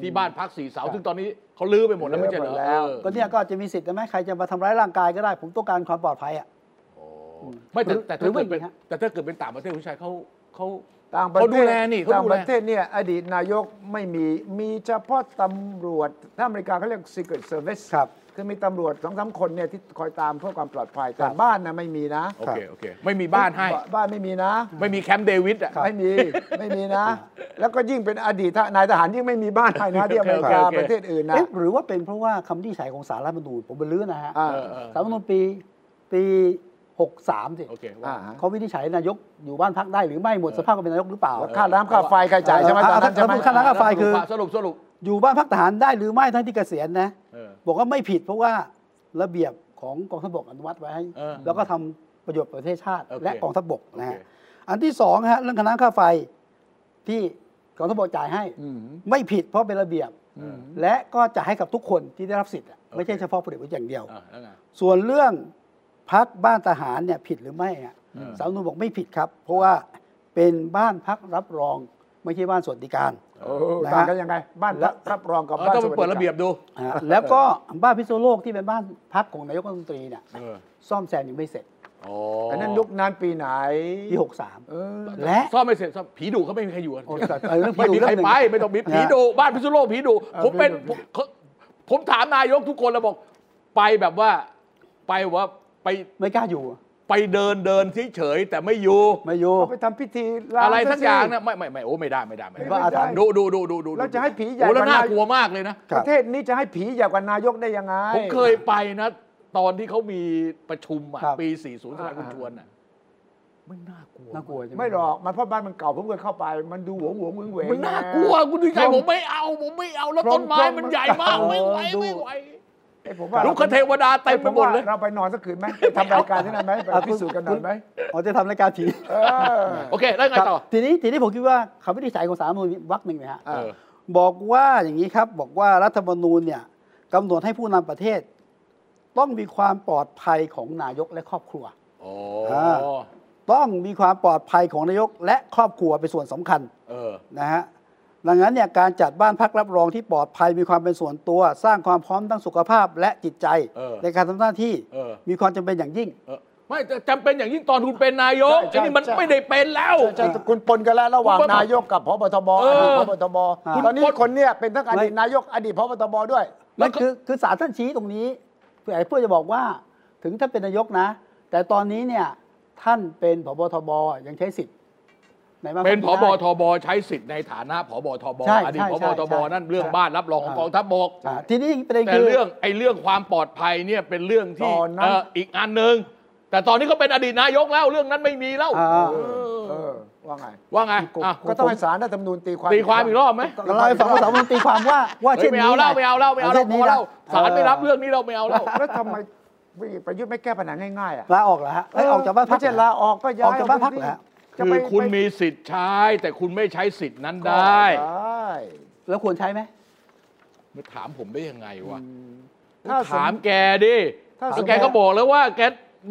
ที่บ้านพักสีเสา ซึ่งตอนนี้เขาลื้อไปหมดแล้วไม่ใช่เหรอเออ
ก็เนี่ยก็จะมีสิทธิ์นะไหมใครจะมาทำร้ายร่างกายก็ได้ ผมต้องการความปลอดภัยอ่ะ
ไม่แต่
หรือหรือ
แต่ถ้า
ไม่
เกิดเป็น
ฮะ
แต่ถ้าเกิดเป็นต่างประเทศผู้ชายเขาเขา
ต่างประเทศ
เขาดูแลนี่เขา
ต่าง
ดู
ป
แล
ระเทศเนี่ยอดีตนายกไม่มีมีเฉพาะตำรวจถ้าอเมริกาเขาเรียก Secret Service
ครับ
คือมีตำรวจสองสามคนเนี่ยที่คอยตามเพื่อความปลอดภัย
ครั
แต่
บ
บ้านนะไม่มีนะ
โอเคโอเค ไม่มีบ้านให้
บ้านไม่มีนะ
ไม่มีแคมป์เดวิดอ่ะ
ไม่มีไม่มี นะ แล้วก็ยิ่งเป็นอดีตนายทหารยิ่งไม่มีบ้านให้นะที่อเมริกา
โอเคโอเค
ประเทศอื่นนะ
เอ๊ะหรือว่าเป็นเพราะว่าคำวินิจฉัยของสารรัฐธรรมนูญผมไปลื้อนะฮะ
อ่า
เออเออ
สารรัฐธรรมนูญปีปี63สิ
โอเค
อ่า
ว่า
ฮะ
เขาวินิจฉัยนายกอยู่บ้านพักได้หรือไม่หมดสภาพก็เป็นนายกหรือเปล่า
แล้วค่าน้ำค่าไฟใครจ่ายใช่ไหมตอนนั้นใช่ไห
เอ
ม
อเอ ค่าน้ำค่าไฟคือ
สรุปสรุป
อยู่บ้านพักทหารได้หรือไม่ทั้งที่เกษียณนะ
เออ
บอกว่าไม่ผิดเพราะว่าระเบียบของกองทัพบกอนุมัติไว้ให้
เออ
แล้วก็ทำประโยชน์ประเทศชาติ
โอเค
และกองทัพบกนะฮะ
โอเค
อันที่สองฮะเรื่องคณะค่าไฟที่กองทัพบกจ่ายให้ ไม่ผิดเพราะเป็นระเบียบ
เออ
และก็จ่ายให้กับทุกคนที่ได้รับสิทธิ์อะไม่ใช่
โอเค
เฉพาะพลเอกประยุทธ์อย่างเดียว
อ่ะแล้วไง
ส่วนเรื่องพักบ้านทหารเนี่ยผิดหรือไม่ฮะ
อืม
สารรัฐธรรมนูญบอกไม่ผิดครับ เพราะว่าเป็นบ้านพักรับรอง ไม่ใช่บ้านสวัสดิการ
โอ้
นะฮะ
ต่างกันยังไง บ้านรับรับรองกับ
เออ
บ้าน
ต้องไปเปิด
สวัส
ระ
กา
เบียบดู
นะฮะแล้วก็บ้านพิษณุโลกที่เป็นบ้านพักของนายกรัฐมนตรีเนี่ย
เออ
ซ่อมแซมยังไม่เสร็จ
อ๋อ
อันนั้นยุคนั้นปีไหน
ปี
เออ
63 และ
ซ่อมไม่เสร็จซ่อมผีดุเขาไม่มีใครอยู่กัน
โอ้แต่เรื่อง
ไม่มี
ผีดุ
ใคร
เรื่องหนึ่ง
ไปไม่ต้องมี
นะ
ผีดุบ้านพิษณุโลกผีดุผมเป็นผมเขาผมถามนายกทุกคนแล้วบอก ไปแบบว่า ไปว่าไป
ไม่กล้าอยู่
ไปเดินเดินเฉยๆแต่ไม่อยู่
ไม่อยู่
เอาไปทำพิธีลา
อะไรสักอย่าง
ซ
นะไม่ไม่ไม่โอ้ไม่ได้ไม่ได้ไม่
ไม่
ได้
ได้ดูดูดูดูดู
แล้วจะให้ผีใหญ่
โอ้แล้ว
ก
น่าน
ว่าาย
กลัวมากเลยนะ
ค
ป
รับ
ระเทศนี้จะให้ผีใหญ่กว่านายกได้ยังไง
ผมเคยไปนะ ตอนที่เขามีประชุมอะ
ครับ
ปี 40สมัยคุณชวนอ่ะไม่น่ากลัว
น่ากลัวใช่ไหม
ไม่หรอก มันเพราะบ้านมันเก่าผมเคยเข้าไป มันดูหวงหวงเวงเวง
มันน่ากลัวคุณดีใจผมไม่เอาผมไม่เอาแล้วต้นไม้มันใหญ่มากไม่ไหวไม่ไหว
ไอ้ผมว่า
ลูกเทวดาเต็มไปหมดเลย
ผว่าเราไปนอนสักคืนไหมไปทำรายการที่นั่นไหมไปพิสูจน์กันหน่อยไหม
อ๋อจะทำรายการผี
เออ
โอเค แล้วไง
ครับ
ต่อ
ทีนี้ทีนี้ผมคิดว่าคำวินิจฉัยของสารรัฐธรรมนูญมีวรรคหนึ่งนะฮะ
เออ
บอกว่าอย่างนี้ครับ บอกว่ารัฐธรรมนูญเนี่ยกำหนดให้ผู้นำประเทศ ต้องมีความปลอดภัยของนายกและครอบครัว
อ๋อ
ต้องมีความปลอดภัยของนายกและครอบครัวเป็นส่วนสำคัญ
เออ
นะฮะ ดังนั้นเนี่ยการจัดบ้านพักรับรองที่ปลอดภัยมีความเป็นส่วนตัว สร้างความพร้อมทั้งสุขภาพและจิตใจ
เออ
ในการทำหน้าที่
เออ
มีความจำเป็นอย่างยิ่ง
เออไม่แต่จำเป็นอย่างยิ่งตอนคุณเป็นนายก
ใช่
ไอ้นี่มัน
ใช่
ไม่ได้เป็นแล้ว
ใช่ใช่คุณปนกันแล้วระหว่างนายกกับพบทบ
เอออ
ดีตพบทบ
อ่า
ตอนนี้คนเนี่ยเป็นทั้งอดีตนายกอดีตพบทบด้วย
แล้
นั่
วน ก็
คือคือสารท่านชี้ตรงนี้เพื่อเพื่อจะบอกว่าถึงท่านเป็นนายกนะ แต่ตอนนี้เนี่ยท่านเป็นพบทบยังใช้สิทธิ์ในมาตรา
เป็นพ
ไม่
บ
ได้
ทบใช้สิทธิ์ในฐานะพบทบ
ใช่
อดีต
ใช่
พ
ใช่
บทบ
ใช่
นั่นเรื่อง
ใช่
บ้านรับรองของ
อ่า
กองทัพบก
อ่าทีนี้ประเด็น
แต่
คือ
เรื่องไอ้เรื่องความปลอดภัยเนี่ยเป็นเรื่องที่
ตอนนั้น
เอ่ออีกอันหนึ่งแต่ตอนนี้เขาเป็นอดีตนายกแล้วเรื่องนั้นไม่มีแล้ว
อ่า
เออ
เออว่าไง
ว่าไงอ่ะ
ก็ต้องให้ศาลรัฐธรรมนูญตีความ
ตีความอีกรอบไหม
เราให้ฟังภาษามันตีความว่าว่า
เฮ้ย
เช่น
ไม่
นี้
เอาแล้ว
ง
ไม่เอาแล้วไม่เอาแล้วพ
ช่นนี้
อ
นะ
แล้วศาลไม่รับ
เออ
เรื่องนี้เราไม่เอาแล้ว
แล้วทำไมประยุทธ์ไม่แก้ปัญหาง่ายๆอ่ะ
ลาออกเหรอฮะไล่ออกจากบ้านพัก
ไม่ใช่ลาออกก็ย้าย
ออกจากบ้านพักเหรอฮะ
จะ
คือ
ไป
คุณ
ไป
มีสิทธิ์ใช้ แต่คุณไม่ใช้สิทธิ์นั้น
ก็
ได้
ได้
แล้วควรใช้ไหม
มาถามผมได้ยังไงวะ
ถ้าส
ถามแกดิ
ถ้าสมมุ
แล้
ติ
วแกก็บอกแล้วว่าแก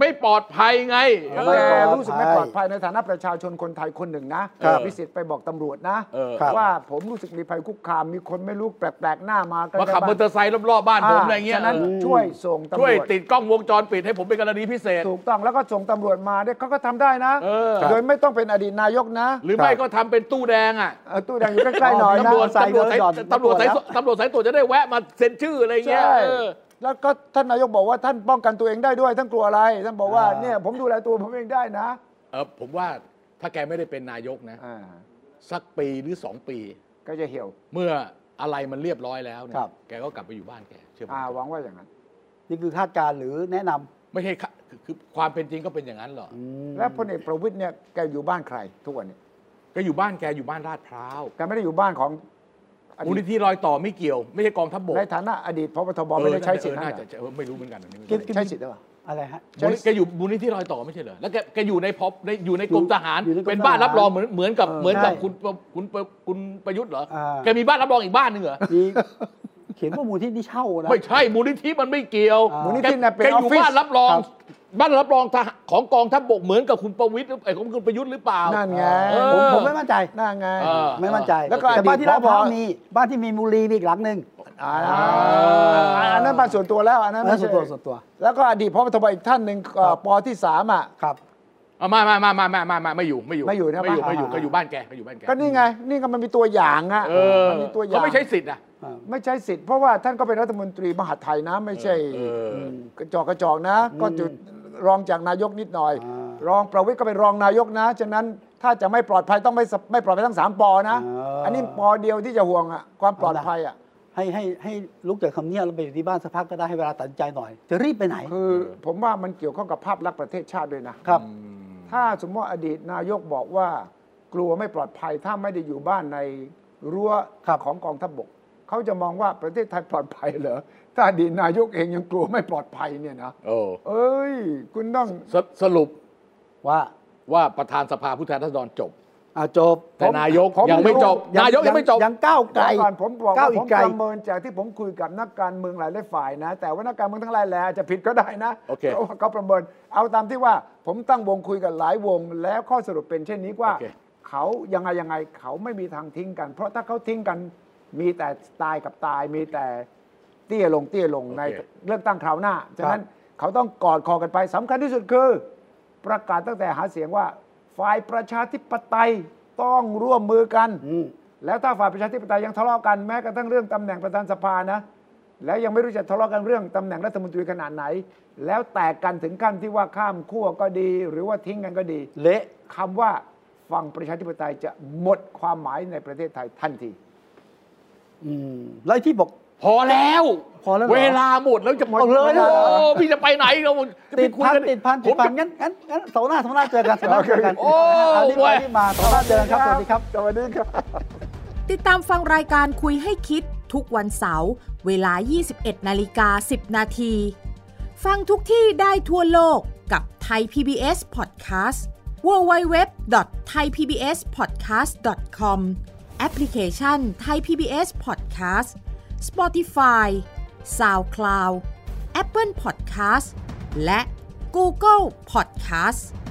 ไม่ปลอดภัยไง
แ
เออ
เออ
กรู้สึกไม่ปลอดภัยในฐานะประชาชนคนไทยคนหนึ่งนะครับ วิสิทธิ์ไปบอกตำรวจนะ
เออ
ว่าผมรู้สึกมีภัยคุกคาม มีคนไม่รู้แปลกๆหน้ามาใกล้
มาขับ
ๆ
มอเตอร์ไซค์รอบๆบ้านผมอะไรเงี้ย
ฉะนั้น
เออ
ช่วยส่งตำร
ช่วยว
จ
ติดกล้องวงจรปิดให้ผมเป็นกรณีพิเศษ
ถูกต้องแล้วก็ส่งตำรวจมาเนี่ยเขาก็ทำได้นะ
เออ
โดยไม่ต้องเป็นอดีตนายกนะ
หรือไม่ก็ทำเป็นตู้แดงอ่ะ
เออตู้แดงอยู่ใกล้ๆหน่อยนะ
ตำรวจ
ใส่
ตำรวจสาย
เดินหย่อน
ตำรวจสาย
ตำรวจแล้ว
ตำรวจสายตรวจจะได้แวะมาเซ็นชื่ออะไรเงี้ย
ใช่
เออ
แล้วก็ท่านนายกบอกว่าท่านป้องกันตัวเองได้ด้วย ท่านกลัวอะไร ท่านบอกว่า
อ่า
เนี่ยผมดูแลตัวผมเองได้นะ
เออผมว่าถ้าแกไม่ได้เป็นนายกนะ
อ่า
สักปีหรือสองปี
ก็จะเหี่ยว
เมื่ออะไรมันเรียบร้อยแล้วเนี่ย
ครับ
แกก็กลับไปอยู่บ้านแกเชื่อผม
อ่าหวังว่าอย่างนั้น
นี่คือคาดการณ์หรือแนะน
ไม่ใช่ค่ะคือคือความเป็นจริงก็เป็นอย่างนั้นเหรออ
ำ
และพลเอกประวิตยเนี่ยแกอยู่บ้านใคร ทุกวันเนี่ย
ก็อยู่บ้านแกอยู่บ้านลาดพร้าว
แกไม่ได้อยู่บ้านของอ
มูลนิ
ดีต
ธิรอยต่อไม่เกี่ยว ไม่ใช่กองทัพบก
ในฐานะอดีตพบทบ
เออ
ไม่ได้ใช้สิทธิ์
เออ
นะ
น่าจะเออไม่รู้เหมือนกันอันนี้ไม่
ใช่
รู้
ใช้สิทธิ์หรือเปล่า
อะไรฮะ
ใช่
มูลนิธิแกอยู่มูลนิธิรอยต่อไม่ใช่เหรอแล้วแกแกอยู่ในพบในอยู่ในกรมทหาร
อยู่ในกรม
เป็นบ้าน
ทหาร
รับรองเหมือนเหมือนกับ
เออ
เหมือนกับ
ใช่
คุณคุณคุณประยุทธ์เหรอ
อ่า
แกมีบ้านรับรองอีกบ้านหนึงเหรอ
มีเขียนว่ามูลที่นี่เช่านะ
ไม่ใช่มูลนิธิมันไม่เกี่ยว
อ่า
มูลนิธิเนี่ยเป็น
แก
ออ
อ
ฟ
ยู่
ฟิศ
บ้านรับรอ
ค
ง
รับ
บ้านรับรองทหารของกองทัพบกเหมือนกับคุณประวิตรหรือไอ้ของคุณประยุทธ์หรือเปล่า
นั่นไง
เออ
ผมผมไม่มั่นใจ
นั่นไง
เออ
ไม่มั่นใจ
แล้วก็
แต่บ้านที่ลาดพร้าว
อดีตผอ
มีบ้านที่มีมูลีมีอีกหลังหนึ่ง
อ่าอันนั้นบ้านส่วนตัวแล้วอันนั้น
นั่
ไม่
นส่วน
ใช่
ตัวส่วนตัว
แล้วก็อดีตพบทบอีกท่านหนึ่งเอ่อ
ครับ
ปที่สามอ่ะ
ครับ
เอามามามามามามามาไม่อยู่ไม่อยู่
ไม่อยู่นะ
ไม่อยู่
บ้าน
ไม่อยู่
อ่า
ก็อยู่บ้านแกก็อยู่บ้านแก
ก็นี่ไง นี่ก็มันมีตัวอย่างอ่ะ
เออ
มันมีตัวอย่าง
เขาไม่ใช้สิทธิ์อ่ะ
อ่า
ไม่ใช่สิทธิ์เพราะว่าท่านก็เป็นรัฐมนตรีมหาดไทยนะ ไม่ใช่
เออเออ
กระจอกกระจอกนะ ก็จุดรองจากนายกนิดหน่อย
อ่าร
องประวิตยก็เป็นรองนายกนะฉะนั้นถ้าจะไม่ปลอดภัยต้องไม่สไม่ปลอดภัยทั้งสามปอนะ
เอออั
อันนี้ปอเดียวที่จะห่วงอะความปลอดภัยอะ
ให้ให้ให้ลุกจากคำเนี้ยแล้วไปอยู่ที่บ้านสักพักก็ได้ให้เวลาตัดสินใจหน่อย จะรีบไปไหน
คือผมว่ามันเกี่ยวข้องกับภาพลักษณ์ประเทศชาติด้วยนะครับ ถ้าสมมติว่าอดีตนายกบอกว่า กลัวไม่ปลอดภัยถ้าไม่ได้อยู่บ้านในรั้ว
ครับ
ของกองทัพบกเขาจะมองว่าประเทศไทยปลอดภัยเหรอถ้าอดีตนายกเองยังกลัวไม่ปลอดภัยเนี่ยนะ
โอ้
เอ้ย คุณต้อง
สสรุป
ว่า
ว่าประธานสภาผู้แทนราษฎรจบ
อ่าจบ
แต่นายก
ผม
ยังไม่
ผม
จบ นายกยังไม่จบ
ยังก้าวไกล
ก่อนผมบอก
ก้าวอี
ว่าผ
ก
ม
ไกล
ประเมินจากที่ผมคุยกับนักการเมืองหลายฝ่ายนะ แต่ว่านักการเมืองทั้งหลายแหละอาจจะผิดก็ได้นะ
โอเค
พราะว่าเขาประเมิน เอาตามที่ว่าผมตั้งวงคุยกับหลายวง แล้วข้อสรุปเป็นเช่นนี้ว่า
โอเค
เขายังไงยังไงเขาไม่มีทางทิ้งกัน เพราะถ้าเขาทิ้งกันมีแต่ตายกับตายมีแต่เตี้ยลงเตี้ยลง
โอเค
ในเลือกตั้งคราวหน้าฉะนั้นเขาต้องกอดคอกันไปสำคัญที่สุดคือ ประกาศตั้งแต่หาเสียงว่า ฝ่ายประชาธิปไตยต้องร่วมมือกัน
อืม
แล้วถ้าฝ่ายประชาธิปไตยยังทะเลาะกันแม้กระทั่งเรื่องตำแหน่งประธานสภานะ แล้วยังไม่รู้จะทะเลาะกันเรื่องตำแหน่งรัฐมนตรีขนาดไหน แล้วแตกกันถึงขั้นที่ว่าข้ามขั้วก็ดี หรือว่าทิ้งกันก็ดี
เละ
คำว่าฝั่งประชาธิปไตยจะหมดความหมายในประเทศไทยทันที
อืมแล้วไอ้ที่บอก
พอแล้ว
พอแล้วเหรอ
เวลาหมดแล้วจะ
หมดเลยเหรอ
โอ้พี่จะไปไหนเราจะไป
ติด
คุย
พัน
กั
ติด
น
พัน
ผ
ติด
ม
พั
จะ
นงั้นงั้นงั้นเสาร์หน้าเสาร์หน้าเจอกันเสาร์หน้าเจอกัน
โอ้
เอาที่ไป
เว้ย
ที่มาเสาร์หน้าเจอกันครับสวัสดีครับ
สวัสดีครับ
ติดตามฟังรายการคุยให้คิดทุกวันเสาร์เวลา 21 นาฬิกา 10 นาที ฟังทุกที่ได้ทั่วโลกกับ ไทย PBS Podcast www.thaipbspodcast.com แอปพลิเคชัน Thai PBS Podcast Spotify SoundCloud Apple Podcast และ Google Podcast